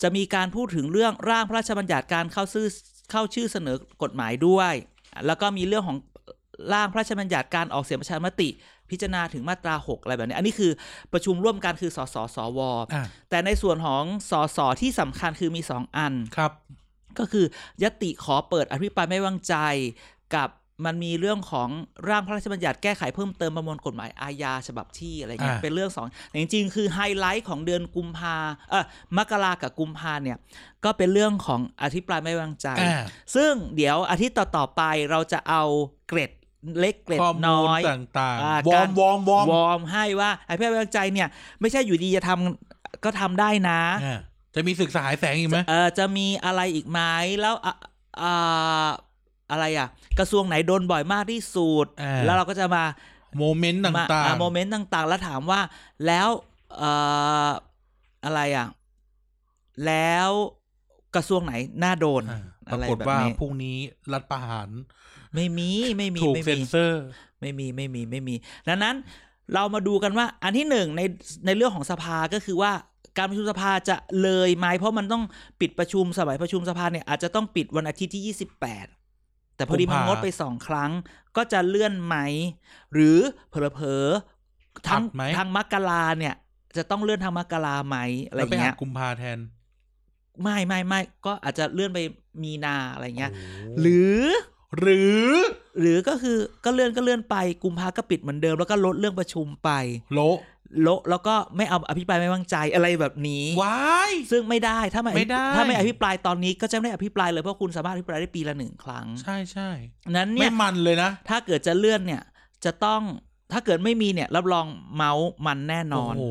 Speaker 1: จะมีการพูดถึงเรื่องร่างพระราชบัญญัติการเข้าชื่อเข้าชื่อเสนอกฎหมายด้วย แล้วก็มีเรื่องของร่างพระราชบัญญัติการออกเสียงประชามติ พิจารณาถึงมาตรา 6 อะไรแบบนี้ อันนี้คือประชุมร่วมกันคือสสสว
Speaker 2: อ่า
Speaker 1: แต่ในส่วนของสสที่สำคัญคือมี 2 อัน
Speaker 2: ครับ
Speaker 1: ก็คือยติขอเปิดอภิปรายไม่วางใจกับ มันมีเรื่องของร่างพระราชบัญญัติแก้ไขเพิ่มเติมประมวลกฎหมายอาญาฉบับที่อะไรเงี้ย
Speaker 2: อ่า
Speaker 1: เป็นเรื่องสองแต่จริงๆ คือไฮไลท์ของเดือนกุมภาเออมกรากับกุมภาเนี่ย ก็เป็นเรื่องของอภิปรายไม่ไว้วางใจ
Speaker 2: อ่า
Speaker 1: ซึ่งเดี๋ยวอาทิตย์ต่อ ๆ ไปเราจะเอาเกร็ดเล็กเกร็ด
Speaker 2: ข้อมู
Speaker 1: น้
Speaker 2: ล
Speaker 1: อย
Speaker 2: ต่าง
Speaker 1: อ่า
Speaker 2: ๆวอ
Speaker 1: การ
Speaker 2: ร์มวอร์มวอร์ม
Speaker 1: วอร์มให้ว่าไอ้เพื่อนไว้วางใจเนี่ย ไม่ใช่อยู่ดีจะทำก็ทำได้นะ
Speaker 2: อ่าจะมีศึกษาหาแสงอีกไหม
Speaker 1: เออจะมีอะไรอีกไหมแล้วอ่ะอ่าอะไรอ่ะ กระทรวงไหนโดนบ่อยมากที่สุด
Speaker 2: อ่า
Speaker 1: แล้วเราก็จะมา
Speaker 2: โมเมนต์ต
Speaker 1: มา
Speaker 2: ่าง
Speaker 1: โมเมนต์ต่างๆ แล้วถามว่าแล้วเอ่ออะไรอ่ะ แล้วกระทรวงไหนน่าโดน
Speaker 2: ๆอ่าป
Speaker 1: อะ
Speaker 2: รา
Speaker 1: ไร
Speaker 2: กฏ
Speaker 1: แบบ
Speaker 2: ว่า
Speaker 1: นี้
Speaker 2: พรุ่งนี้รัฐประหาร
Speaker 1: ไม่มีไม่มี
Speaker 2: ถูก
Speaker 1: ไม่
Speaker 2: เซ็น
Speaker 1: มี
Speaker 2: เซอร์
Speaker 1: ไม่มีไม่มีไม่มีดังนั้นเรามาดูกันว่าอันที่หนึ่งในในเรื่องของสภาก็คือว่าการประชุมสภาจะเลยไหมเพราะมันต้องปิดประชุมสมัยประชุมสภาเนี่ยอาจจะต้องปิดวันอาทิตย์ที่ 28 แต่พอดีมันงดไปสองครั้ง ก็จะเลื่อนไหม หรือเผลอๆทางทางมกราเนี่ย จะต้องเลื่อนทางมกราไหมอะไร
Speaker 2: แล้วไปหา
Speaker 1: เงี้ย
Speaker 2: กุมภาแทน
Speaker 1: ไม่ไม่ไม่ก็อาจจะเลื่อนไปมีนาอะไรเงี้ย
Speaker 2: โอ้โ
Speaker 1: หรือ
Speaker 2: หรือ
Speaker 1: หรือก็คือก็เลื่อนก็เลื่อนไปกุมภาก็ปิดเหมือนเดิมแล้วก็ลดเรื่องประชุมไป
Speaker 2: โล
Speaker 1: โละแล้วก็ไม่เอาอภิปรายไม่ไว้วางใจอะไรแบบนี้
Speaker 2: วาย
Speaker 1: ซึ่งไม่ได้ถ้าไม่
Speaker 2: ไม่ได้
Speaker 1: ถ้าไม่อภิปรายตอนนี้ก็จะไม่ได้อภิปรายเลยเพราะคุณสามารถอภิปรายได้ปีละหนึ่งครั้ง
Speaker 2: ใช่ใช่
Speaker 1: นั้นเนี่
Speaker 2: ไม่
Speaker 1: ย
Speaker 2: มันเลยนะ
Speaker 1: ถ้าเกิดจะเลื่อนเนี่ย จะต้องถ้าเกิดไม่มีเนี่ยรับรองเมาส์มันแน่น
Speaker 2: โอ้
Speaker 1: อน
Speaker 2: โห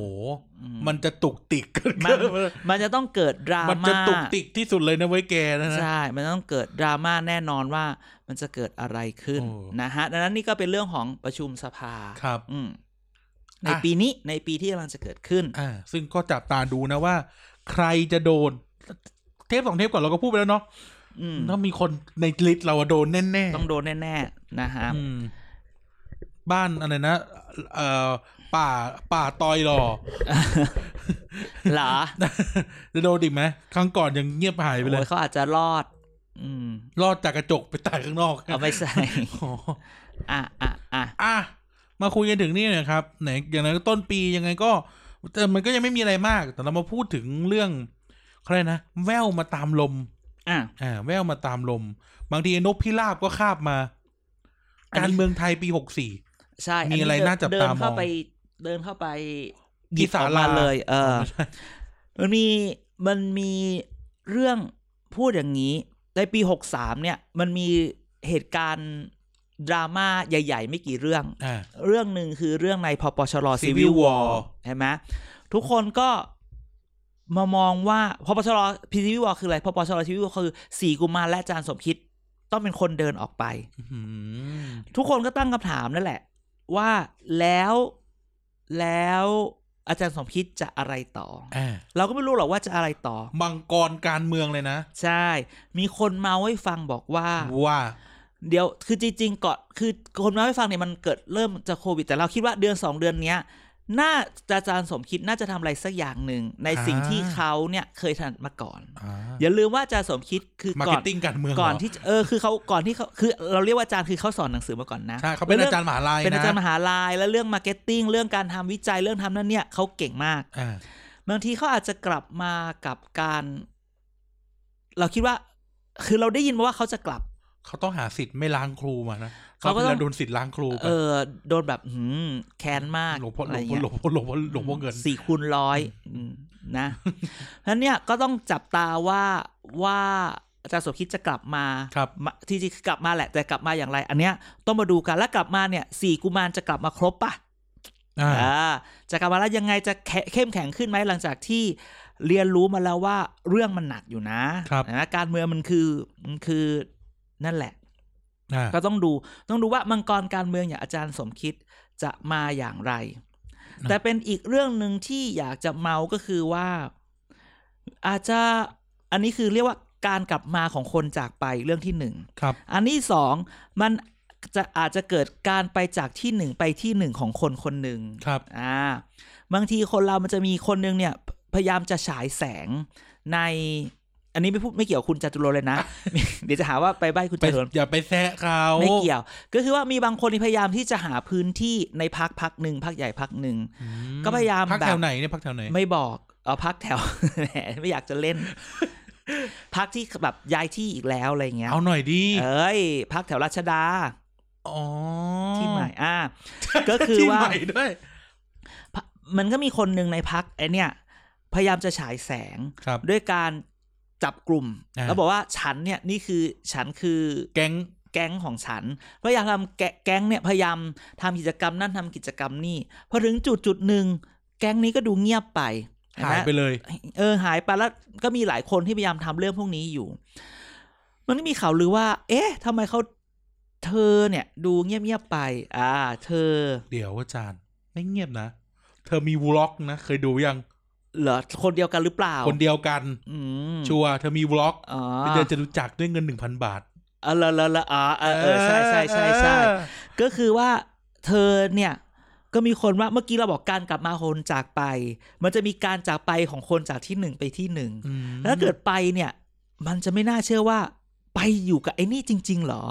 Speaker 1: อืม
Speaker 2: มันจะตุกติกกัน
Speaker 1: มัน
Speaker 2: [LAUGHS]
Speaker 1: มันจะต้องเกิดดรา
Speaker 2: มันจะ
Speaker 1: ม่า
Speaker 2: ตุกติกที่สุดเลยนะเว้ยแกนะนะ
Speaker 1: ใช่มันต้องเกิดดราม่าแน่นอนว่ามันจะเกิดอะไรขึ้น
Speaker 2: โอ้
Speaker 1: นะฮะดังนั้นนี่ก็เป็นเรื่องของประชุมสภา
Speaker 2: ครับ
Speaker 1: อืมใน
Speaker 2: อ่ะ
Speaker 1: ปีนี้ในปีที่กำลังจะเกิดขึ้น
Speaker 2: อ่า ซึ่งก็จับตาดูนะว่า ใครจะโดน เทปสองเทปก่อนเราก็พูดไปแล้วเนาะ
Speaker 1: อืม
Speaker 2: ต้องมีคนในลิสต์เราอะโดนแน่ๆ
Speaker 1: ต้องโดนแน่ๆนะฮะ
Speaker 2: อืมบ้านอะไรนะเอ่อป่าป่าตอยหรอ [LAUGHS]
Speaker 1: เหรอ
Speaker 2: จะโดนอีกไหมครั้งก่อนยังเงียบหายไปเล
Speaker 1: โอ้
Speaker 2: ย
Speaker 1: ยเขาอาจจะรอด อืม
Speaker 2: รอดจากกระจกไปตายข้างนอก
Speaker 1: เอาไม่ใส่
Speaker 2: [LAUGHS] โอ้โห
Speaker 1: อ่ะอ่ะอ่ะ
Speaker 2: อ่ะมาคุยกันถึงนี่หนะครับไหนอย่างนั้นก็ต้นปียังไงก็แต่มันก็ยังไม่มีอะไรมาก แต่เรามาพูดถึงเรื่องเขาเรียกนะ แววมาตามลม
Speaker 1: อ่ะ
Speaker 2: อ่าแววมาตามลม บางทีนกพิราบก็คาบมา
Speaker 1: อันนี้
Speaker 2: การเมืองไทยปีหกสี่
Speaker 1: ใช่
Speaker 2: มีอะไร
Speaker 1: เดิ
Speaker 2: น่าจับ
Speaker 1: เดิ
Speaker 2: ตามอง
Speaker 1: เข้าไป เดินเข้าไปห
Speaker 2: ที่
Speaker 1: ยิบออกม
Speaker 2: ศาลา
Speaker 1: เลย เออ มันมีมันมีเรื่องพูดอย่างนี้ ในปีหกสามเนี่ย มันมีเหตุการณ์ดราม่าใหญ่ ๆ ไม่กี่เรื่อง
Speaker 2: อ่า
Speaker 1: เรื่องหนึ่งคือเรื่องในพปชร
Speaker 2: Civil
Speaker 1: Civil War
Speaker 2: War
Speaker 1: ใช่ไหมทุกคนก็มามองว่าพปชร Civil War คืออะไรพปชร Civil War คือสีกุมารและอาจารย์สมคิด ต้องเป็นคนเดินออกไป
Speaker 2: อื้อหือ
Speaker 1: ทุกคนก็ตั้งคำถามนั่นแหละ ว่าแล้วแล้วอาจารย์สมคิดจะอะไรต่อ
Speaker 2: อ่า
Speaker 1: เราก็ไม่รู้หรอกว่าจะอะไรต่อ
Speaker 2: มังกรการเมืองเลยนะ
Speaker 1: ใช่ มีคนเมาให้ฟังบอกว่า
Speaker 2: ว่า
Speaker 1: เดี๋ยวคือจริงๆก่อนคือคนเล่าให้ฟังเนี่ยมันเกิดเริ่มจากโควิด แต่เราคิดว่าเดือนสองเดือนเนี้ยน่าจะอาจารย์สมคิดน่าจะทำอะไรสักอย่างหนึ่งใน
Speaker 2: อ่า
Speaker 1: สิ่งที่เขาเนี่ยเคยทำมาก่อน
Speaker 2: อ่า
Speaker 1: อย่าลืมว่าอาจารย์สมคิดคือ
Speaker 2: มาร์
Speaker 1: ก่อ
Speaker 2: เก็
Speaker 1: น
Speaker 2: ตติ้งการเมือง
Speaker 1: ก่อน
Speaker 2: เหร
Speaker 1: ที่เออคือเขาก่อนที่เขาคือเราเรียกว่าอาจารย์คือเขาสอนหนังสือมาก่อนนะ
Speaker 2: ใช่เขาเป็นอาจารย์มหาลัย
Speaker 1: เป็นอาจารย์ม
Speaker 2: นะ
Speaker 1: หาลัยแล้วเรื่องมาร์เก็ตติ้งเรื่องการทำวิจัยเรื่องทำนั่นเนี่ยเขาเก่งมาก
Speaker 2: อ่า
Speaker 1: บางทีเขาอาจจะกลับมากับการ เราคิดว่า คือเราได้ยินมาว่าเขาจะกลับ
Speaker 2: เขาต้องหาสิทธิ์ไม่ล้างครูมานะ
Speaker 1: เขาก็ต้อง
Speaker 2: รโดนสิทธิ์ล้างครูไป
Speaker 1: เออโดนแบบหืมแค้นมาก
Speaker 2: หลวงพ่อห
Speaker 1: ะ
Speaker 2: ล
Speaker 1: ไร
Speaker 2: วงพ่อ
Speaker 1: เงี้ย
Speaker 2: หลวงพ่อหลวงพ่อหลวงพ่อเงิน
Speaker 1: สี่คูณร้อยอืมนะนั้นเนี่ยก็ต้องจับตาว่าว่าอาจารย์สมคิดจะกลับมา
Speaker 2: ครับ
Speaker 1: มาที่จริงคือกลับมาแหละแต่กลับมาอย่างไร อันเนี้ยต้องมาดูกันแล้วกลับมาเนี่ยสี่กุมารจะกลับมาครบปะ
Speaker 2: อ่า
Speaker 1: อ่าจะกลับมาแล้วยังไงจะแขเข้มแข็งขึ้นไหมหลังจากที่เรียนรู้มาแล้วว่าเรื่องมันหนักอยู่นะครับ นะการเมืองมันคือมันคือนั่นแหละ
Speaker 2: อ่า
Speaker 1: ก็ต้องดูต้องดูว่ามังกรการเมืองอย่างอาจารย์สมคิดจะมาอย่างไร แต่เป็นอีกเรื่องหนึ่งที่อยากจะเมาก็คือว่า อาจจะอันนี้คือเรียกว่าการกลับมาของคนจากไปเรื่องที่หนึ่ง
Speaker 2: ครับ
Speaker 1: อันที่สองมันจะอาจจะเกิดการไปจากที่หนึ่งไปที่หนึ่งของคนคนหนึ่ง
Speaker 2: ครับ
Speaker 1: อ่าบางทีคนเรามันจะมีคนหนึงเนี่ย พยายามจะฉายแสงใน อันนี้ไม่พูดไม่เกี่ยวกับคุณจตุรนต์เลยนะ เดี๋ยวจะหาว่าไปใบ้คุณจ
Speaker 2: ไป
Speaker 1: ตุรนต์
Speaker 2: อย่าไปแซะเขา
Speaker 1: ไม่เกี่ยว ก็คือว่ามีบางคนที่พยายามที่จะหาพื้นที่ในพักพักหนึ่งพักใหญ่พักหนึ่ง
Speaker 2: อื
Speaker 1: ก็พยายาม
Speaker 2: พัก
Speaker 1: แบบ
Speaker 2: แถวไหนเนี่ยพักแถวไหน
Speaker 1: ไม่บอกเอาพักแถว [LAUGHS] แหมไม่อยากจะเล่น พักที่แบบย้ายที่อีกแล้วอะไรเงี้ย
Speaker 2: เอาหน่อยดี
Speaker 1: เอ้ยพักแถวราชดา
Speaker 2: อ๋อ
Speaker 1: ที่ใหม่
Speaker 2: [LAUGHS]
Speaker 1: อ่า ก็คือ
Speaker 2: ที่
Speaker 1: ว่า
Speaker 2: ใหม่ด้วย
Speaker 1: พะมันก็มีคนหนึ่งในพักไอเนี่ย พยายามจะฉายแสง
Speaker 2: ครับ
Speaker 1: ด้วยการจับกลุ่ม
Speaker 2: อ่า
Speaker 1: แล้วบอกว่าฉันเนี่ยนี่คือฉันคือ
Speaker 2: แก๊ง
Speaker 1: แก๊งของฉันพยายามทำแกแก๊งเนี่ยพยายามทำกิจกรรมนั่นทำกิจกรรมนี่พอถึงจุดจุดหนึ่งแก๊งนี้ก็ดูเงียบไปเน
Speaker 2: หา
Speaker 1: ไหม
Speaker 2: ยไปเลย
Speaker 1: เออหายไปแล้วก็มีหลายคนที่พยายามทำเรื่องพวกนี้อยู่ มันก็มีข่าวลือว่า เอ๊ะทำไมเขาเธอเนี่ยดูเงียบๆไป อ่า เธอ
Speaker 2: เดี๋ยวอาจารย์ ไม่เงียบนะ เธอมีวล็อกนะ เคยดูยัง
Speaker 1: เหรอคนเดียวกันหรือเปล่า
Speaker 2: คนเดียวกัน
Speaker 1: อืม
Speaker 2: ชัวร์เธอมีวล็อก
Speaker 1: อ๋อ
Speaker 2: ไปเจอจะรู้จักด้วยเงินหนึ่งพันบาท
Speaker 1: เออแล้วแล้วแล้วอ่าเออเออใช่ใช่ใช่ใช่
Speaker 2: เออ
Speaker 1: ก็คือว่าเธอเนี่ย ก็มีคนว่าเมื่อกี้เราบอกการกลับมาคนจากไป มันจะมีการจากไปของคนจากที่หนึ่งไปที่หนึ่ง
Speaker 2: อืม
Speaker 1: แล้วถ้าเกิดไปเนี่ย มันจะไม่น่าเชื่อว่าไปอยู่กับไอ้นี่จริง ๆ เหรอ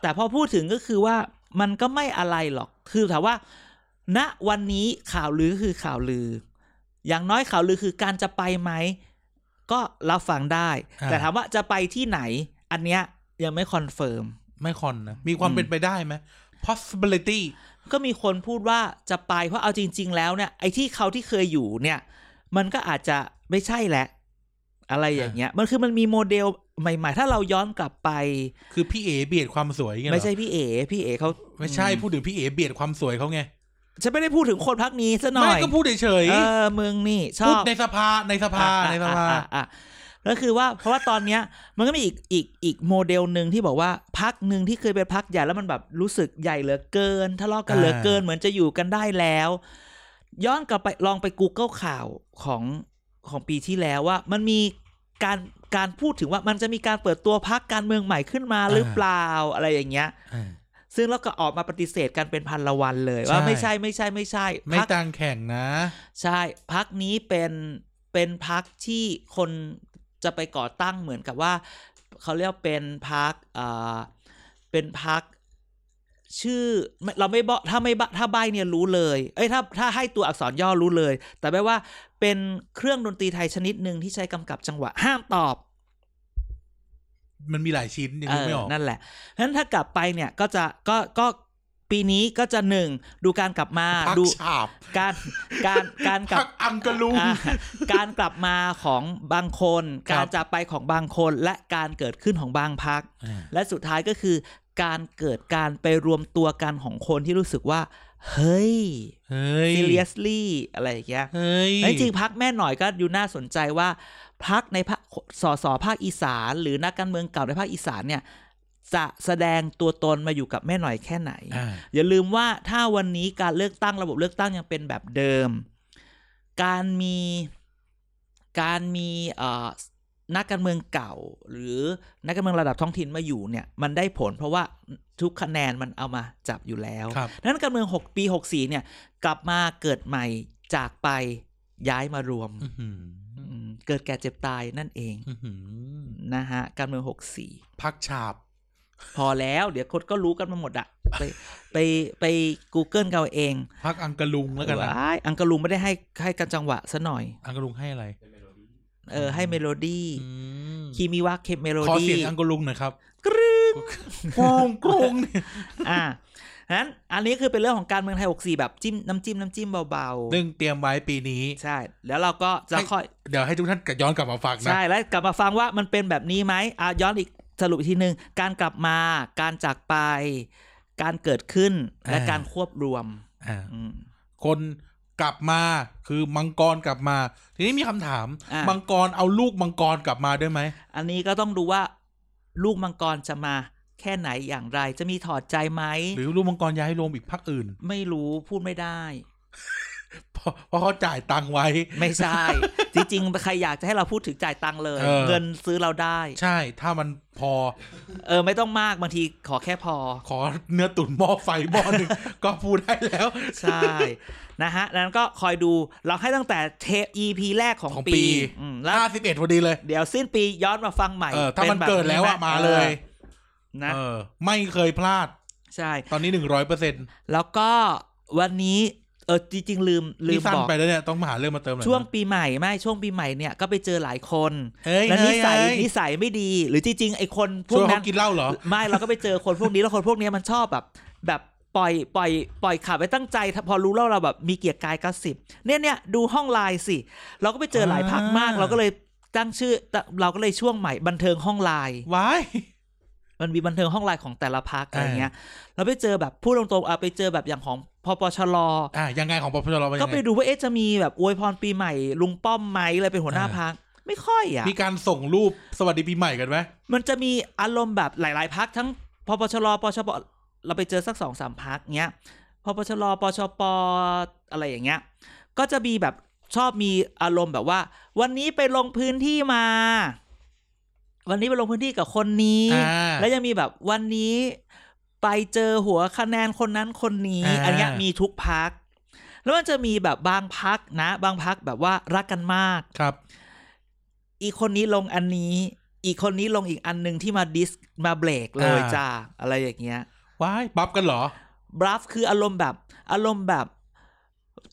Speaker 1: แต่พอพูดถึงก็คือว่ามันก็ไม่อะไรหรอก คือถามว่า ณวันนี้ข่าวลือคือข่าวลือ อย่างน้อยข่าวลือคือการจะไปไหม ก็รับฟังได้
Speaker 2: า
Speaker 1: แต่ถามว่าจะไปที่ไหน อันเนี้ยยังไม่คอนเฟิร์ม
Speaker 2: ไม่คอนนะ มีความ
Speaker 1: อืม
Speaker 2: เป็นไปได้ไหม possibility
Speaker 1: ก็มีคนพูดว่าจะไปเพราะเอาจริง ๆ แล้วเนี่ยไอ้ที่เขาที่เคยอยู่เนี่ย มันก็อาจจะไม่ใช่แหละ อะไรอย่างเงี้ย มันคือมันมีโมเดลใหม่ ๆ ถ้าเราย้อนกลับไป
Speaker 2: คือพี่เอเบียดความสวยไงยเหรอ
Speaker 1: ไม่ใช่พี่เอ๋พี่เอ๋เขา
Speaker 2: ไม่ใช่ พูดถึงพี่เอเบียดความสวยเขาไง
Speaker 1: ฉันไม่ได้พูดถึงคนพักนี้ซะหน่อย
Speaker 2: ไม่ก็พูดเฉย
Speaker 1: เออมึงนี่ช
Speaker 2: ๆ
Speaker 1: อบ
Speaker 2: พูดในสภาในสภา
Speaker 1: อ่ะ
Speaker 2: ในสภา
Speaker 1: อ่ะอ่ะอ่ะแล้วคือว่าเพราะว่าตอนเนี้ย มันก็มีอีกอีกอีกโมเดลหนึ่งที่บอกว่าพักหนึ่งที่เคยเป็นพักใหญ่แล้วมันแบบรู้สึกใหญ่เหลือเกินทะเลาะกันเหลือเกินเหมือนจะอยู่กันได้แล้ว ย้อนกลับไปลองไป Google ข่าวของของปีที่แล้วว่า มันมีการการพูดถึงว่ามันจะมีการเปิดตัวพักการเมืองใหม่ขึ้นมาหรือเปล่าอะไรอย่างเงี้ย ซึ่งแล้วก็ออกมาปฏิเสธกันเป็นพันละวันเลย ว่า
Speaker 2: ใช่
Speaker 1: ไม่ใช่ไม่ใช่ไม่ใช่
Speaker 2: ไม่
Speaker 1: พรรค
Speaker 2: ต่างแข่งนะ
Speaker 1: ใช่พักนี้เป็นเป็นพักที่คนจะไปก่อตั้งเหมือนกับว่า เขาเรียกว่าเป็นพักเอ่อเป็นพักชื่อไม่เราไม่บอกถ้าไม่บถ้าใบเนี่ยรู้เลย เอ้ยถ้าถ้าให้ตัวอักษรย่อรู้เลย แต่แปลว่าเป็นเครื่องดนตรีไทยชนิดหนึ่งที่ใช้กำกับจังหวะห้ามตอบ
Speaker 2: มันมีหลายชิ้นยังนึกไม่ออก
Speaker 1: เนั่นแหละเพราะฉะนั้นถ้ากลับไปเนี่ยก็จะก็ก็ปีนี้ก็จะหนึ่งดูการกลับมา
Speaker 2: พัก
Speaker 1: ดู
Speaker 2: ฉาบ
Speaker 1: การการการกลั
Speaker 2: พั
Speaker 1: บ
Speaker 2: กอังกะลุง
Speaker 1: อ่ะการกลับมาของบางคน
Speaker 2: ครับ
Speaker 1: การจากไปของบางคนและการเกิดขึ้นของบางพัก และสุดท้ายก็คือ การเกิดการไปรวมตัวกันของคนที่รู้สึกว่า เฮ้ย
Speaker 2: เฮ้ย
Speaker 1: seriously อะไรอย่างเงี้ย
Speaker 2: เฮ้ย
Speaker 1: แต่จริงๆพักแม่หน่อยก็ดูน่าสนใจว่าพักในพักสสภาคอีสาน หรือนักการเมืองเก่าในภาคอีสานเนี่ย จะแสดงตัวตนมาอยู่กับแม่หน่อยแค่ไหน
Speaker 2: อ่า
Speaker 1: อย่าลืมว่าถ้าวันนี้การเลือกตั้งระบบเลือกตั้งยังเป็นแบบเดิม การมีการมีเอ่อนักการเมืองเก่า หรือนักการเมืองระดับท้องถิ่นมาอยู่เนี่ยมันได้ผลเพราะว่าทุกคะแนนมันเอามาจับอยู่แล้ว
Speaker 2: ครับ
Speaker 1: นั้นการเมือง 6 ปี 64 เนี่ย กลับมาเกิดใหม่จากไปย้ายมารวม
Speaker 2: อื้อหือ
Speaker 1: อืมเกิดแก่เจ็บตายนั่นเอง
Speaker 2: อื้อหือ
Speaker 1: นะฮะการเมือง 64
Speaker 2: พักฉาบ
Speaker 1: พอแล้ว เดี๋ยวคนก็รู้กันมาหมดอะไปไปไป Google กันเอาเอง
Speaker 2: พักอังกะลุงแล้วกันนะ
Speaker 1: ว้ายอังกะลุงไม่ได้ให้ให้กันจังหวะซะหน่อย
Speaker 2: อังกะลุงให้อะไร
Speaker 1: เออ ให้เมโลดี้
Speaker 2: อืม
Speaker 1: คีมิวะเคเมโล
Speaker 2: ขอ
Speaker 1: ดี้
Speaker 2: เสียงอังกะลุงหน่อยครับ
Speaker 1: กรึ๊ง
Speaker 2: กรงกรงเนี่ย
Speaker 1: อ่ะนั้นอันนี้คือเป็นเรื่องของการเมืองไทย 64 แบบจิ้มน้ำจิ้มน้ำจิ้มเบา
Speaker 2: นึ่งเตรียมไว้ปีนี้
Speaker 1: ๆ ใช่ แล้วเราก็จะค่อย
Speaker 2: เดี๋ยวให้ทุกท่านกลับย้อนกลับมาฟังนะ
Speaker 1: ใช่ แล้วกลับมาฟังว่ามันเป็นแบบนี้ไหมอ่ะย้อนอีกสรุปอีกทีหนึ่งการกลับมาการจากไป การเกิดขึ้นและ
Speaker 2: อ่า
Speaker 1: การควบรวม
Speaker 2: อ่า
Speaker 1: อืม
Speaker 2: คนกลับมาคือมังกรกลับมา ทีนี้มีคำถาม
Speaker 1: อ่ะ
Speaker 2: มังกรเอาลูกมังกรกลับมาด้วยไหม
Speaker 1: อันนี้ก็ต้องดูว่าลูกมังกรจะมาแค่ไหนอย่างไร จะมีถอดใจไหม
Speaker 2: หรือลูกมังกรย้ายรวมอีกพักอื่น [LAUGHS]
Speaker 1: ไม่รู้พูดไม่ได้
Speaker 2: เพราะเพราะเขาจ่ายตังค์ไว้
Speaker 1: ไม่ใช่ จริงๆ ใครอยากจะให้เราพูดถึงจ่ายตังค์เลย
Speaker 2: เออ
Speaker 1: เงินซื้อเราได้
Speaker 2: ใช่ถ้ามันพอ
Speaker 1: เออ ไม่ต้องมากบางทีขอแค่พอ
Speaker 2: ขอเนื้อตุ๋นหม้อไฟหม้อหนึ่ง [LAUGHS] ก็พูดได้แล้ว
Speaker 1: ใช่ นะฮะนั้นก็คอยดูเราให้ตั้งแต่เทป EP แรกของ
Speaker 2: ของ
Speaker 1: ปี
Speaker 2: ปี
Speaker 1: อืมแล้ว
Speaker 2: ห้าสิบเอ็ดพอดีเลย
Speaker 1: เดี๋ยวสิ้นปีย้อนมาฟังใหม่
Speaker 2: เออถ้ามัน
Speaker 1: ป็แบบ
Speaker 2: เกิดแล้วอะ
Speaker 1: ไห
Speaker 2: มาเลย
Speaker 1: ออนะ
Speaker 2: เออ ไม่เคยพลาด
Speaker 1: ใช่
Speaker 2: ตอนนี้หนึ่งร้อยเปอร์เซ็นต์
Speaker 1: แล้วก็วันนี้ เออจริงๆลืมลื
Speaker 2: นี่
Speaker 1: ม
Speaker 2: สั้น
Speaker 1: บอก
Speaker 2: ไปแล้วเนี่ยต้องมาหาเรื่องมาเติมหน่อยนะ
Speaker 1: ช่วงปีใหม่ไม่ช่วงปีใหม่เนี่ยก็ไปเจอหลายคน
Speaker 2: เฮ้ย
Speaker 1: แล้วนิสัย
Speaker 2: เฮ้ย
Speaker 1: นิสัยไม่ดี หรือจริงๆไอ้คนพว
Speaker 2: ช่ว
Speaker 1: ก
Speaker 2: ง
Speaker 1: นั้
Speaker 2: เขา
Speaker 1: น
Speaker 2: กินเหล้าเหรอ
Speaker 1: ไม่เราก็ไปเจอคนพวกนี้แล้วคนพวกเนี้ยมันชอบแบบ แบบปล่อยปล่อยปล่อยข่าวไปตั้งใจถ้าพอรู้แล้วเราแบบมีเกียร์กายเก้าสิบเนี่ยเนี่ยดูห้องไลน์สิ เราก็ไปเจอหลายพักมาก
Speaker 2: อ่า
Speaker 1: เราก็เลยตั้งชื่อเราก็เลยช่วงใหม่บันเทิงห้องไลน์
Speaker 2: วาย
Speaker 1: มันมีบันเทิงห้องไลน์ของแต่ละพักอะไร
Speaker 2: อ่า
Speaker 1: เงี้ยเราไปเจอแบบพูดตรงๆเอาไปเจอแบบอย่างของพปชร
Speaker 2: อ่ะยังไงของปปชรเป็น
Speaker 1: ก็
Speaker 2: ยัง
Speaker 1: ไป
Speaker 2: ไง
Speaker 1: ดูว่าเอ๊ะจะมีแบบอวยพรปีใหม่ ลุงป้อมไหมอะไรเป็นหัวหน้า
Speaker 2: อ่า
Speaker 1: พักไม่ค่อยอ่ะ
Speaker 2: มีการส่งรูปสวัสดีปีใหม่กันไหม
Speaker 1: มันจะมีอารมณ์แบบหลาย ๆ พักทั้งพปชรปชปเราไปเจอสักสองสามพักเนี้ยพปชรปชปอะไรอย่างเงี้ย ก็จะมีแบบชอบมีอารมณ์แบบว่า วันนี้ไปลงพื้นที่มา วันนี้ไปลงพื้นที่กับคนนี้
Speaker 2: อ่า
Speaker 1: แล้วยังมีแบบวันนี้ไปเจอหัวคะแนนคนนั้นคนนี้
Speaker 2: อ่า
Speaker 1: อันเนี้ยมีทุกพัก แล้วมันจะมีแบบบางพักนะ บางพักแบบว่ารักกันมาก
Speaker 2: ครับ
Speaker 1: อีกคนนี้ลงอันนี้ อีกคนนี้ลงอีกอันหนึ่งที่มาดิสมาเบรกเลย
Speaker 2: อ่า
Speaker 1: จ้าอะไรอย่างเงี้ย
Speaker 2: วายบับกันเหรอ
Speaker 1: บรัฟคืออารมณ์แบบอารมณ์แบบ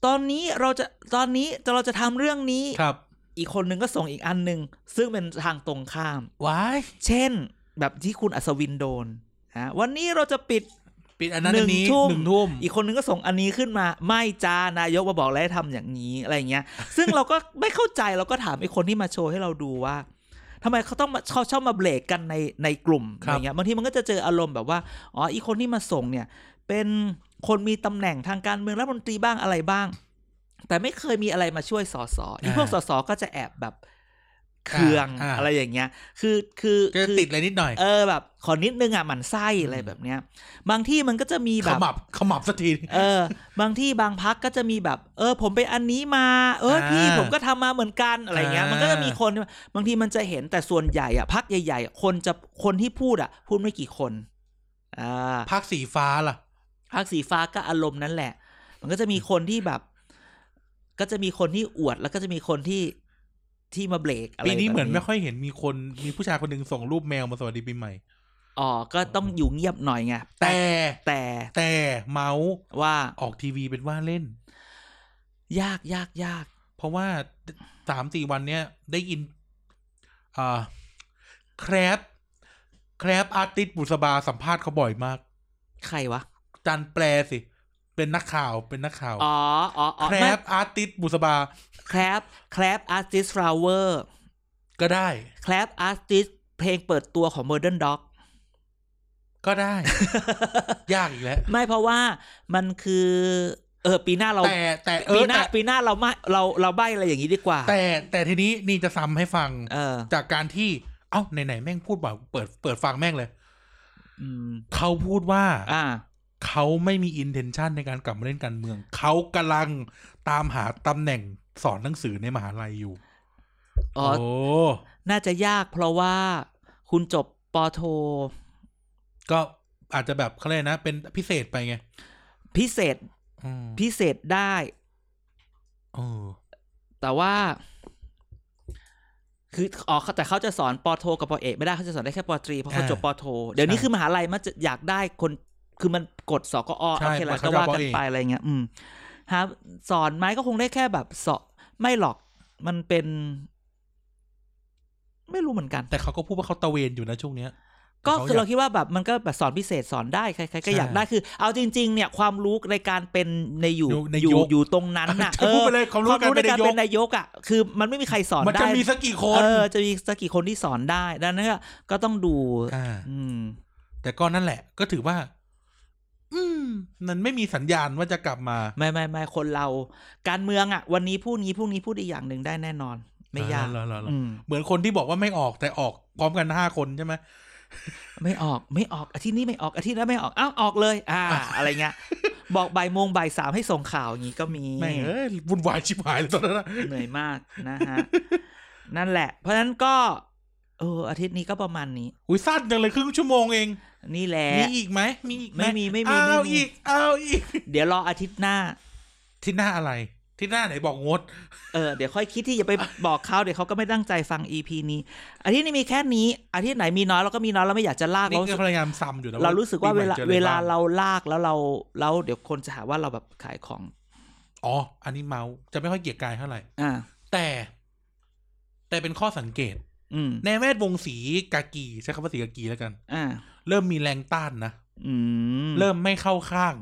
Speaker 1: ตอนนี้เราจะตอนนี้เราจะทำเรื่องนี้
Speaker 2: ครับ
Speaker 1: อีกคนนึงก็ส่งอีกอันหนึ่งซึ่งเป็นทางตรงข้าม
Speaker 2: วาย
Speaker 1: เช่น แบบที่คุณอัศวินโดนนะวันนี้เราจะปิด
Speaker 2: ปิดอันนั้น
Speaker 1: หนึ่
Speaker 2: อั
Speaker 1: ง
Speaker 2: นนี้
Speaker 1: ทุ่ม
Speaker 2: หนึ่งทุ่ม
Speaker 1: อีกคนนึงก็ส่งอันนี้ขึ้นมา ไม่จ้านายกมาบอกแล้วให้ทำอย่างนี้อะไรอย่างเงี้
Speaker 2: [LAUGHS]
Speaker 1: ย ซึ่งเราก็ ไม่เข้าใจเราก็ถามไอ้คนที่มาโชว์ให้เราดูว่าทำไมเขาต้องมาเขาชอบมาเบรกกันในในกลุ่มอะไรเงี้ยบางทีมันก็จะเจออารมณ์แบบว่าอ๋ออีคนที่มาส่งเนี่ย เป็นคนมีตำแหน่งทางการเมืองรัฐมนตรีบ้างอะไรบ้าง แต่ไม่เคยมีอะไรมาช่วยสอสออีพวกสอสอก็จะแอบแบบเคือง
Speaker 2: า
Speaker 1: อะไรอย่างเงี้ย คือคือ
Speaker 2: ก็
Speaker 1: คือ
Speaker 2: ติดอะไรนิดหน่อย
Speaker 1: เออแบบขอนิดนึงอ่ะหมันไส้อะไรแบบเนี้ย บางที่มันก็จะมีแบ
Speaker 2: ข
Speaker 1: บ
Speaker 2: มับขมับสักที
Speaker 1: เออบางที่บางพักก็จะมีแบบ เออ ผมไปอันนี้มา เออ
Speaker 2: อ่า
Speaker 1: พี่ผมก็ทำมาเหมือนกันอะไรเงี้ย
Speaker 2: อ่ามั
Speaker 1: มันก็จะมีคนที่บางทีมันจะเห็นแต่ส่วนใหญ่อะพักใหญ่ๆอะคนจะคนที่พูดอะพูดไม่กี่คนอ่า
Speaker 2: พักสีฟ้าล่ะ
Speaker 1: พักสีฟ้าก็อารมณ์นั้นแหละ มันก็จะมีคนที่แบบ ก็จะมีคนที่อวดแล้วก็จะมีคนที่ที่มาเบรกอะไร
Speaker 2: ปีนี้
Speaker 1: แบบ
Speaker 2: เหมือนไม่ค่อยเห็นมีคนมีผู้ชายคนหนึ่งส่งรูปแมวมาสวัสดีปีใหม่
Speaker 1: อ๋อก็ต้องอยู่เงียบหน่อยไง
Speaker 2: แต่
Speaker 1: แต่
Speaker 2: แต่เมาส์
Speaker 1: ว่า
Speaker 2: ออกทีวีเป็นว่าเล่น
Speaker 1: ยากยากยาก
Speaker 2: เพราะว่าสามสี่วันเนี้ยได้ยินอ่าแครปแครปอาร์ติสบุษบาสัมภาษณ์เขาบ่อยมาก
Speaker 1: ใครวะ
Speaker 2: จันแปลสิ เป็นนักข่าวเป็นนักข่าว
Speaker 1: อ๋ออ๋ออ๋อ
Speaker 2: แคร
Speaker 1: ไม่
Speaker 2: ปอาร์ติสบุษบา
Speaker 1: แคลปแคลปอาร์ติสฟลาเวอร์
Speaker 2: ก็ได้
Speaker 1: แคลปอาร์ติสเพลงเปิดตัวของ Modern Dog
Speaker 2: ก็
Speaker 1: [LAUGHS]
Speaker 2: ได้ ยากอีกแล้ว
Speaker 1: ไม่เพราะว่ามันคือ เออ ปีหน้าเรา
Speaker 2: แต่แต่เอ
Speaker 1: ปี
Speaker 2: อ
Speaker 1: หน้า
Speaker 2: แต่
Speaker 1: ปีหน้าเราไม่เราเราใบอะไรอย่างนี้ดีกว่า
Speaker 2: แต่แต่ทีนี้นี่จะซ้ำให้ฟัง
Speaker 1: เออ
Speaker 2: จากการที่ เอ้า ไหน ๆ แม่งพูดบ่อยเปิด เปิดฟังแม่งเลย
Speaker 1: อืม
Speaker 2: เขาพูดว่า
Speaker 1: อ่า
Speaker 2: เขาไม่มีอินเทนชันในการกลับมาเล่นการเมือง เขากำลังตามหาตำแหน่งสอนหนังสือในมหาลัยอยู่
Speaker 1: อ๋อ
Speaker 2: โอ้
Speaker 1: น่าจะยากเพราะว่าคุณจบปอโท
Speaker 2: ก็อาจจะแบบเขาเลยกนะ เป็นพิเศษไปไง
Speaker 1: พิเศษ
Speaker 2: อืม
Speaker 1: พิเศษได้
Speaker 2: เออ
Speaker 1: แต่ว่า คืออ๋อเขาแต่เขาจะสอนปอโท กับปอเอกไม่ได้เขาจะสอนได้แค่ปอตรีเพราะเขา
Speaker 2: อ่า
Speaker 1: จบปอโท เดี๋ยวนี้
Speaker 2: ใช่
Speaker 1: คือมหาลัยมันจะอยากได้คนคือมันกดสกอ
Speaker 2: ใช่
Speaker 1: โอเคแหละ
Speaker 2: เพ
Speaker 1: ก็
Speaker 2: ราะ
Speaker 1: ว่า
Speaker 2: เขาจะ
Speaker 1: กัน
Speaker 2: ปอเอก
Speaker 1: ไปอะไรเงี้ยอืมหาสอนไหมก็คงได้แค่แบบสอนไม่หรอก มันเป็น ไม่รู้เหมือนกัน
Speaker 2: แต่เขาก็พูดว่าเขาตะเวนอยู่นะช่วงเนี้ย
Speaker 1: ก็คือเรา
Speaker 2: ขย
Speaker 1: คิดว่าแบบมันก็แบบสอนพิเศษสอนได้ใครๆก็
Speaker 2: ใช่
Speaker 1: อยากได้คือ เอาจริง ๆ เนี่ยความรู้ในการเป็นในอยู่
Speaker 2: อยู่ใน
Speaker 1: อยู่
Speaker 2: ยก
Speaker 1: อยู่ตรงนั้นน่ะ
Speaker 2: จะพูดไปเลยความรู้การเป็น
Speaker 1: ในกา
Speaker 2: นายก
Speaker 1: รเป็นนายกอ่ะคือมันไม่มีใครสอน
Speaker 2: มัน
Speaker 1: ได้
Speaker 2: จะมีสักกี่คน
Speaker 1: เออจะมีสักกี่คนที่สอนได้ดังนั้นก็ก็ต้องดู
Speaker 2: อ่า
Speaker 1: อืม
Speaker 2: แต่ก็นั่นแหละ ก็ถือว่า อืม มันไม่มีสัญญาณว่าจะกลับมา
Speaker 1: ไม่ไม่ไม่คนเรา การเมืองอ่ะ วันนี้พูดนี้พรุ่งนี้พูดอีกอย่างหนึ่งได้แน่นอน ไม่ยาก
Speaker 2: เหรอเหรอเหรอ
Speaker 1: อืม
Speaker 2: เหมือนคนที่บอกว่าไม่ออกแต่ออกพร้อมกันห้าคนใช่ไหม
Speaker 1: ไม่ออกไม่ออกอาทิตย์นี้ไม่ออกอาทิตย์หนั้นไม่ออกอ้าวออกเลย อ่า อะไรเงี้ย บอกบ่ายโมงบ่ายสามให้ส่งข่าวอย่างนี้ก็มี
Speaker 2: แม่งเอ้ยวุ่นวายชิบหายเลยตอนนั้นอะ
Speaker 1: เหนื่อยมากนะฮะ นั่นแหละ เพราะฉะนั้นก็เอออาทิตย์นี้ก็ประมาณนี้
Speaker 2: อุ้ยสั้นจังเลยครึ่งชั่วโมงเอง
Speaker 1: นี่แหละ
Speaker 2: มีอีกไหมมีอีกห
Speaker 1: ไม่มีไม่มี
Speaker 2: เอา
Speaker 1: ไม่มี
Speaker 2: อีกเอาอีก
Speaker 1: เดี๋ยวรออาทิตย์หน้า
Speaker 2: ที่หน้าอะไร ที่หน้าไหนบอกงด
Speaker 1: เออเดี๋ยวค่อยคิดที่อย่าไปบอกเขาเดี๋ยวเขาก็ไม่ตั้งใจฟัง EP นี้อาทิตย์นี้มีแค่นี้อาทิตย์ไหนมีน้อยเราก็มีน้อยเราไม่อยากจะลาก
Speaker 2: นี่
Speaker 1: เรา
Speaker 2: ก็พยายามซ้ำอยู่นะ
Speaker 1: เรารู้สึกว่า
Speaker 2: ปี
Speaker 1: เว
Speaker 2: ใหม่
Speaker 1: ลา
Speaker 2: จออะไร
Speaker 1: เวลา
Speaker 2: บ้ง
Speaker 1: เราลากแล้วเราแล้วเดี๋ยวคนจะหาว่าเราแบบขายของ
Speaker 2: อ๋อ อันนี้เมาส์จะไม่ค่อยเกียรกายเท่าไหร่
Speaker 1: อ่า
Speaker 2: แต่ แต่เป็นข้อสังเกต
Speaker 1: อืม
Speaker 2: ในแวดวงสีกากี ใช้คำว่าสีกากีแล้วกัน
Speaker 1: อ่า
Speaker 2: เริ่มมีแรงต้านนะ
Speaker 1: อืม
Speaker 2: เริ่มไม่เข้าข้าง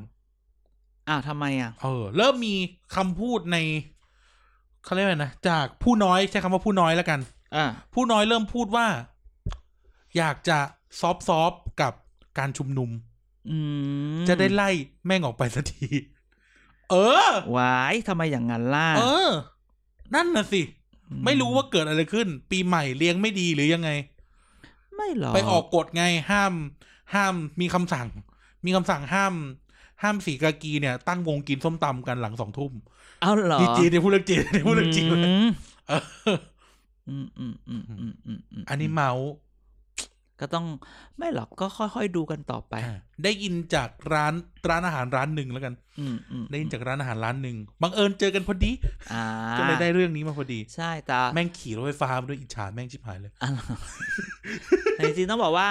Speaker 1: อ้าวทำไมอ่ะ
Speaker 2: เออ เริ่มมีคำพูดในเขาเรียกว่าไงนะ จากผู้น้อยใช้คำว่าผู้น้อยแล้วกัน
Speaker 1: อ่า
Speaker 2: ผู้น้อยเริ่มพูดว่า อยากจะซอฟซอฟๆกับการชุมนุม
Speaker 1: อืม
Speaker 2: จะได้ไล่แม่งออกไปสักที เออ
Speaker 1: วายทำไมอย่างนั้นล่ะ
Speaker 2: เออ นั่นน่ะสิ ไม่รู้ว่าเกิดอะไรขึ้น ปีใหม่เลี้ยงไม่ดีหรือยังไง
Speaker 1: ไม่หรอก
Speaker 2: ไปออกกฎไงห้าม ห้ามมีคำสั่ง มีคำสั่งห้าม ห้ามสีกากีเนี่ย ตั้งวงกินส้มตำกันหลังสองทุ่ม
Speaker 1: เอาเหรอ
Speaker 2: นี่จีนเนี่ยพูดเรื่องจีน [LAUGHS] เนี่ยพูดเรื่องจีนเลย
Speaker 1: อืม
Speaker 2: เออ
Speaker 1: อืมอืมอืมอืมอืมม
Speaker 2: อันนี้เมาส์
Speaker 1: ก็ต้องไม่หรอกก็ค่อยๆดูกันต่อไป
Speaker 2: ได้ยินจากร้านร้านอาหารร้านหนึ่งแล้วกัน
Speaker 1: อืมอืม
Speaker 2: ได้ยินจากร้านอาหารร้านหนึ่งบังเอิญเจอกันพอดี
Speaker 1: อ่า
Speaker 2: ก็เลยได้เรื่องนี้มาพอดี
Speaker 1: ใช่แต่
Speaker 2: แม่งขี่รถไฟฟ้ามาด้วยอิจฉาแม่งชิบหายเลย
Speaker 1: อะไรแต่จริงๆต้องบอกว่า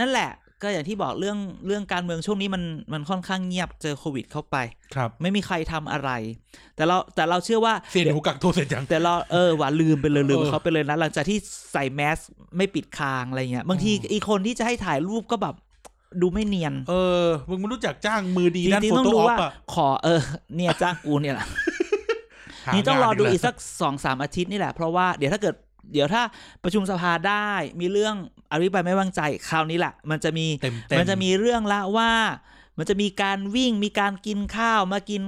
Speaker 1: นั่นแหละ ก็อย่างที่บอกเรื่องเรื่องการเมืองช่วงนี้มันมันค่อนข้างเงียบเจอโควิดเข้าไป
Speaker 2: ครับ
Speaker 1: ไม่มีใครทำอะไร แต่เราแต่เราเชื่อว่า
Speaker 2: เสียหนูกักตัวเสร็จยัง
Speaker 1: แต่เราเออว่าลืมไปเลยลืม
Speaker 2: เออ
Speaker 1: เขาไปเลยนะหลังจากที่ใส่แมสไม่ปิดคางอะไรเงี้ยบางที
Speaker 2: อืม
Speaker 1: อีกคนที่จะให้ถ่ายรูปก็แบบ ดูไม่เนียน
Speaker 2: เออ มึงไม่รู้จักจ้างมือดี
Speaker 1: จ
Speaker 2: ด้าน
Speaker 1: ริง
Speaker 2: โฟ
Speaker 1: ๆต้อง
Speaker 2: โต้
Speaker 1: ดู
Speaker 2: ออฟ
Speaker 1: ว่า
Speaker 2: อ่ะ
Speaker 1: ขอเออ เนี่ยจ้างกูเนี่ยแหละ
Speaker 2: หา
Speaker 1: นี่ต้องรอดู
Speaker 2: าน
Speaker 1: อี
Speaker 2: อี
Speaker 1: ก
Speaker 2: กแล้ว
Speaker 1: สักสองสามอาทิตย์นี่แหละ เพราะว่าเดี๋ยวถ้าเกิดเดี๋ยวถ้าประชุมสภาได้มีเรื่องอภิปรายไม่วางใจคราวนี้แหละ มันจะมี
Speaker 2: เต็มเต็ม
Speaker 1: มันจะมีเรื่องละว่า มันจะมีการวิ่งมีการกินข้าวมากิน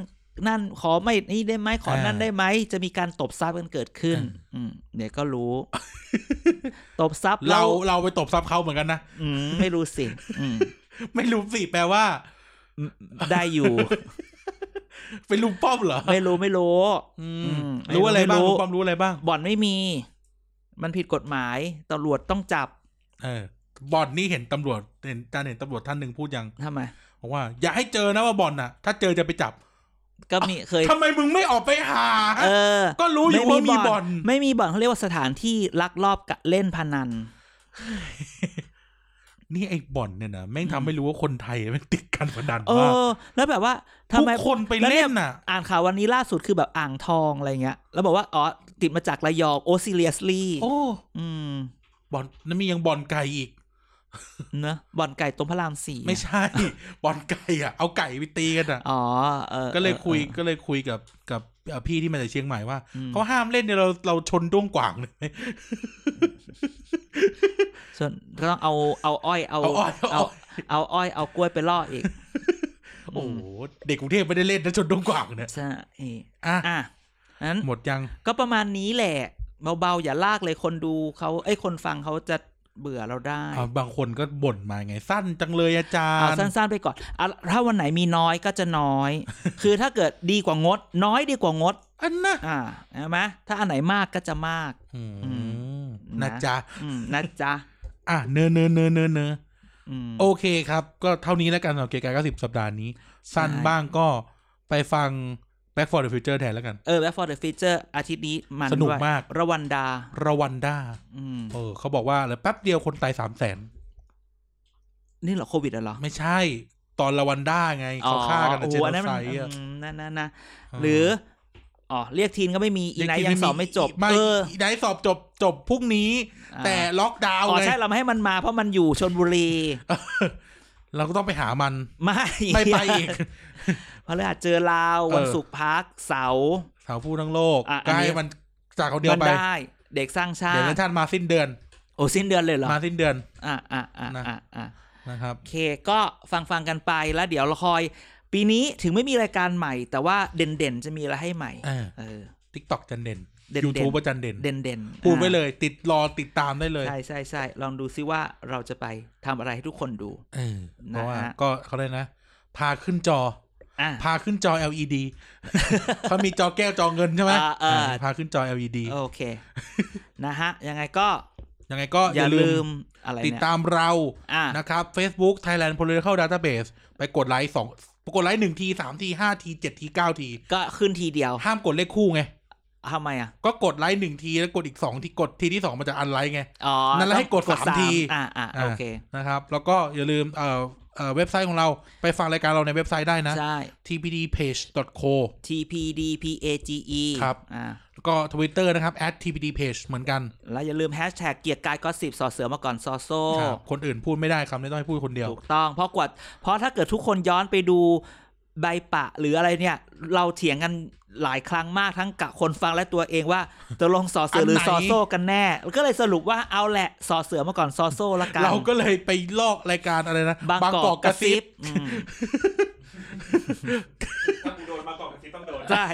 Speaker 1: นั่นขอไม่นี่ได้ไหมขออา นั่นได้ไหมจะมีการตบซับกันเกิดขึ้น อืมเดี๋ยวก็รู้ ตบซับ
Speaker 2: เราเราไปตบซับเขาเหมือนกันนะ
Speaker 1: อืมไม่รู้สิอืม
Speaker 2: ไม่รู้สิแปลว่า
Speaker 1: ได้อยู่
Speaker 2: ไปลุมป้อมเหรอ
Speaker 1: ไม่รู้ไม่รู้
Speaker 2: อื
Speaker 1: อื
Speaker 2: ม
Speaker 1: ม
Speaker 2: รู้อะไรบ้าง
Speaker 1: ไม่รู้
Speaker 2: ลุงป้อมรู้อะไรบ้าง
Speaker 1: บ่อนไม่มี มันผิดกฎหมายตำรวจต้องจับ
Speaker 2: เออบอลนี่เห็นตำรวจเห็นจานเห็นตำรวจท่านหนึ่งพูดยัง
Speaker 1: ทำไม
Speaker 2: บอกว่า อย่าให้เจอนะว่าบอลน่ะ ถ้าเจอจะไปจับ
Speaker 1: ก็มีเคย
Speaker 2: ทำไมมึงไม่ออกไปหา
Speaker 1: เออ
Speaker 2: ก็รู้อยู่ว่ามีบอล
Speaker 1: ไม่มีบ่อนเขาเรียกว่าสถานที่ลักลอบกะเล่นพนัน
Speaker 2: นี่ไอ้บอลเนี่ยนะแม่งทำให้รู้ว่าคนไทยแม่งติดการพนัน
Speaker 1: เอ
Speaker 2: มาก
Speaker 1: อ แล้วแบบว่าทำ
Speaker 2: ทุก
Speaker 1: ไม
Speaker 2: คนไป
Speaker 1: แล้วเนี่
Speaker 2: เล่
Speaker 1: ย
Speaker 2: นน่ะ
Speaker 1: อ่านข่าววันนี้ล่าสุดคือแบบอ่างทองอะไรเงี้ย แล้วบอกว่า อ๋อ ติดมาจากระยองโอซิเลียสลี
Speaker 2: โอ้
Speaker 1: อืม
Speaker 2: บอลนั่นมียังบอลไก่อีก
Speaker 1: เนอะบ่อนไก่ตรงพระรามสี่
Speaker 2: ไม่
Speaker 1: [LAUGHS]
Speaker 2: ใช่ บอลไก่อ่ะ เอาไก่ไปตีกันอ่ะ
Speaker 1: อ๋อเออ
Speaker 2: [LAUGHS] ก็เลยคุย
Speaker 1: ออ
Speaker 2: ก็เลยคุยกับกับเอ่อพี่ที่มาจากเชียงใหม่ว่า
Speaker 1: อืม
Speaker 2: เขาห้ามเล่นเนี่ยเราเราชนด้วงกว่างเลย [LAUGHS]
Speaker 1: เออส่วนก็ต้องเอาเอาอ้อยเอา
Speaker 2: เอาอ้อยเอาอ้อย
Speaker 1: เอาอ้อยเอากล้วยไปล่ออีก
Speaker 2: โอ้โหเด็กกรุงเทพไม่ได้เล่นนะชนด้วงกว่างเนี่ย [LAUGHS]
Speaker 1: ใช่
Speaker 2: อ่ะ
Speaker 1: อ่ะนั้น
Speaker 2: หมดยัง
Speaker 1: ก็ประมาณนี้แหละ เบาๆ อย่าลากเลยคนดูเขาไอ้ยคนฟังเขาจะเบื่อเราได้
Speaker 2: อ่ะบางคนก็บ่นมาไง สั้นจังเลยอาจา
Speaker 1: เอา
Speaker 2: รย์
Speaker 1: สั้นๆไปก่อนอะถ้าวันไหนมีน้อยก็จะน้
Speaker 2: [LAUGHS]
Speaker 1: อย คือถ้าเกิดดีกว่างด น้อยดีกว่างด
Speaker 2: อันนะ
Speaker 1: อ่าใช่ไหมถ้าอันไหนมากก็จะมาก
Speaker 2: อืม
Speaker 1: ม
Speaker 2: นะ
Speaker 1: นะ
Speaker 2: จ๊ะ
Speaker 1: อืมนะจ๊ะ
Speaker 2: อ่ะเนอเนอเนอเนอเนอ
Speaker 1: อืม
Speaker 2: โอเคครับ ก็เท่านี้แล้วกันสำหรับเกยร์กายก็สิบสัปดาห์นี้ สั้น
Speaker 1: ใช่
Speaker 2: บ้างก็ไปฟัง Back for the Future แทนแล้วกัน
Speaker 1: เออ Back for the Future อาทิตย์นี้มัน
Speaker 2: สนุก
Speaker 1: ด้วย
Speaker 2: มาก
Speaker 1: ระวันดา
Speaker 2: รวันดา
Speaker 1: อืม
Speaker 2: เออเขาบอกว่าแล้วแป๊บเดียวคนตายสามแสน
Speaker 1: นี่เหรอโควิดอะเหรอ
Speaker 2: ไม่ใช่ ตอนลาวันด้าไง เขาฆ่ากันนะ
Speaker 1: โอ้
Speaker 2: เจ
Speaker 1: โห
Speaker 2: น
Speaker 1: อันนั้น
Speaker 2: ไซ
Speaker 1: มัน
Speaker 2: ด์อะ
Speaker 1: อืมนั่นนั่นนะหรืออ๋อเรียกทีนก็ไม่มีอีไนท์ยังสอบไม่จบ
Speaker 2: ไม่
Speaker 1: เออ
Speaker 2: ไนท์สอบจบจบพรุ่งนี้
Speaker 1: อ่า
Speaker 2: แต่ล็อกดาวน์
Speaker 1: อ๋อ
Speaker 2: ไง
Speaker 1: ใช่เราไม่ให้มันมาเพราะมันอยู่ชนบุรี
Speaker 2: เราก็ต้องไปหา
Speaker 1: [LAUGHS]
Speaker 2: มัน
Speaker 1: ไม่
Speaker 2: ไม่ไปอีก
Speaker 1: พฤหัสเจอลาว
Speaker 2: เออ
Speaker 1: วันศุกร์พักเสาร์
Speaker 2: สาวผู้ทั้งโลก
Speaker 1: อ่ะอั
Speaker 2: ใก
Speaker 1: น
Speaker 2: ล้
Speaker 1: นี้
Speaker 2: มันจากเขาเดีย
Speaker 1: มั
Speaker 2: วไป
Speaker 1: ได้ เด็กสร้างชา
Speaker 2: เดี๋ยว
Speaker 1: ติ
Speaker 2: ท่านมาสิ้นเดือน
Speaker 1: โอ้สิ้นเดือนเลยเหรอ
Speaker 2: มาสิ้นเดือน
Speaker 1: อ่ะอ่ะอ่ะ
Speaker 2: นะ
Speaker 1: อ่ะอ่ะ
Speaker 2: นะครับ
Speaker 1: โอเค ก็ฟังฟังกันไปแล้วเดี๋ยวเราคอย ปีนี้ถึงไม่มีรายการใหม่ แต่ว่าเด่นเด่นๆจะมีอะไรให้ใหม่
Speaker 2: เออ
Speaker 1: เออ
Speaker 2: ทิกตอกจันเด่น
Speaker 1: เด่นๆ
Speaker 2: ยูทูบจันเด่น
Speaker 1: เด่นเด่นๆ
Speaker 2: พูดไว้
Speaker 1: อ่ะ
Speaker 2: เลย ติดรอติดตามได้เลย
Speaker 1: ใช่ใช่ใช่ลองดูซิว่าเราจะไปทำอะไรให้ทุกคนดู
Speaker 2: เออเพ
Speaker 1: นะฮะ
Speaker 2: ราะว่าก็เขาเลยกนะ พาขึ้นจอ
Speaker 1: อ่ะ
Speaker 2: พาขึ้นจอ LED [LAUGHS] เขามีจอแก้วจอเงินใช่ไหม
Speaker 1: อ่าเอออ่
Speaker 2: าพาขึ้นจอ LED
Speaker 1: โอ
Speaker 2: [LAUGHS]
Speaker 1: เค นะฮะ ยังไงก็
Speaker 2: ยังไงก็อ
Speaker 1: อย่า
Speaker 2: ย่าลื
Speaker 1: ลืม
Speaker 2: ม
Speaker 1: อะไร
Speaker 2: ติด
Speaker 1: เนี่ย
Speaker 2: ตามเรา
Speaker 1: อ่ะ
Speaker 2: นะครับ Facebook Thailand Political Database ไปกดไลค์สองกดไลค์หนึ่งทีสามทีห้าทีเจ็ดทีเก้าที
Speaker 1: ก็ขึ้นทีเดียว
Speaker 2: ห้ามกดเลขคู่ไง
Speaker 1: ทำไมอ่ะ
Speaker 2: ก็กดไลค์หนึ่งที แล้วกดอีกสองที่กดทีที่สองมันจะอันไลค์ไง
Speaker 1: อ๋อ
Speaker 2: นั่นแหละให้กด
Speaker 1: ต้อง
Speaker 2: สามที
Speaker 1: อ่าอ่าโอเค
Speaker 2: นะครับ แล้วก็อย่าลืมเอ่อ เอ่อเว็บไซต์ของเราไปฟังรายการเราในเว็บไซต์ได้นะ
Speaker 1: ใช่
Speaker 2: tpdpage.co
Speaker 1: tpdpage
Speaker 2: ครับ
Speaker 1: อ่า
Speaker 2: แล้วก็ Twitter นะครับ @tpdpage เหมือนกัน
Speaker 1: แล้วอย่าลืมแฮชแท็กเกียร์กายก็สิบสอเสือมาก่อนซอโซ
Speaker 2: ครับคนอื่นพูดไม่ได้คำนี้ต้องให้พูดคนเดียว
Speaker 1: ถูกต้องเพราะกว่าเพราะถ้าเกิดทุกคนย้อนไปดูใบปะหรืออะไรเนี่ย เราเถียงกันหลายครั้งมากทั้งกับคนฟังและตัวเองว่าตกลงสอเสือหรือ
Speaker 2: อันไหน
Speaker 1: ซอโซกันแน่ ก็เลยสรุปว่าเอาแหละสอเสือมาก่อนซอโซละกัน
Speaker 2: เราก็เลยไปลอกรายการอะไรนะ
Speaker 1: บางกอกกระซิบอืม
Speaker 3: ถ้ากูโดนมากอกกระซิบต้องโดน
Speaker 1: ใช่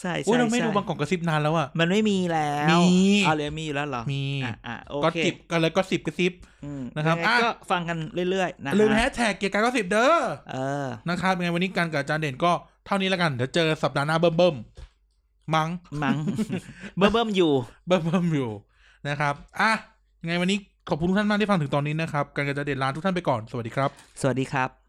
Speaker 1: ใช่
Speaker 2: อุ้
Speaker 1: ใช่
Speaker 2: ยเราไม่ดูบา
Speaker 1: ใช่
Speaker 2: งกอกกระซิบนานแล้วอะ
Speaker 1: มันไม่มีแล้ว
Speaker 2: มี
Speaker 1: เอาเลยมีอยู่แล้วเหรอ
Speaker 2: มี
Speaker 1: อ่ะอ่ะโอ
Speaker 2: ก็
Speaker 1: เค
Speaker 2: สิบก็เลยก็สิบกระซิบ
Speaker 1: อืม
Speaker 2: นะครับ
Speaker 1: ยังไง
Speaker 2: อ่ะ
Speaker 1: ก็ฟังกันเรื่อยๆนะ
Speaker 2: ลืมแฮ
Speaker 1: ฮะ
Speaker 2: ชแท็กเกียร์กายก็สิบเด้อ
Speaker 1: เออ
Speaker 2: นะครับยังไงวันนี้การกับอาจารย์เด่นก็เท่านี้แล้วกัน เดี๋ยวเจอสัปดาห์หน้าเบิ่มเบิ่มๆมั้ง
Speaker 1: มั้ง [LAUGHS] เบิ่มเบิ่มๆอยู่
Speaker 2: เบิ่มเบิ่มๆอยู่นะครับอ่ะยังไงวันนี้ขอบคุณทุกท่านมากที่ฟังถึงตอนนี้นะครับการกับอาจารย์เด่นลาทุกท่านไปก่อนสวัสดีครับ
Speaker 1: สวัสดีครับ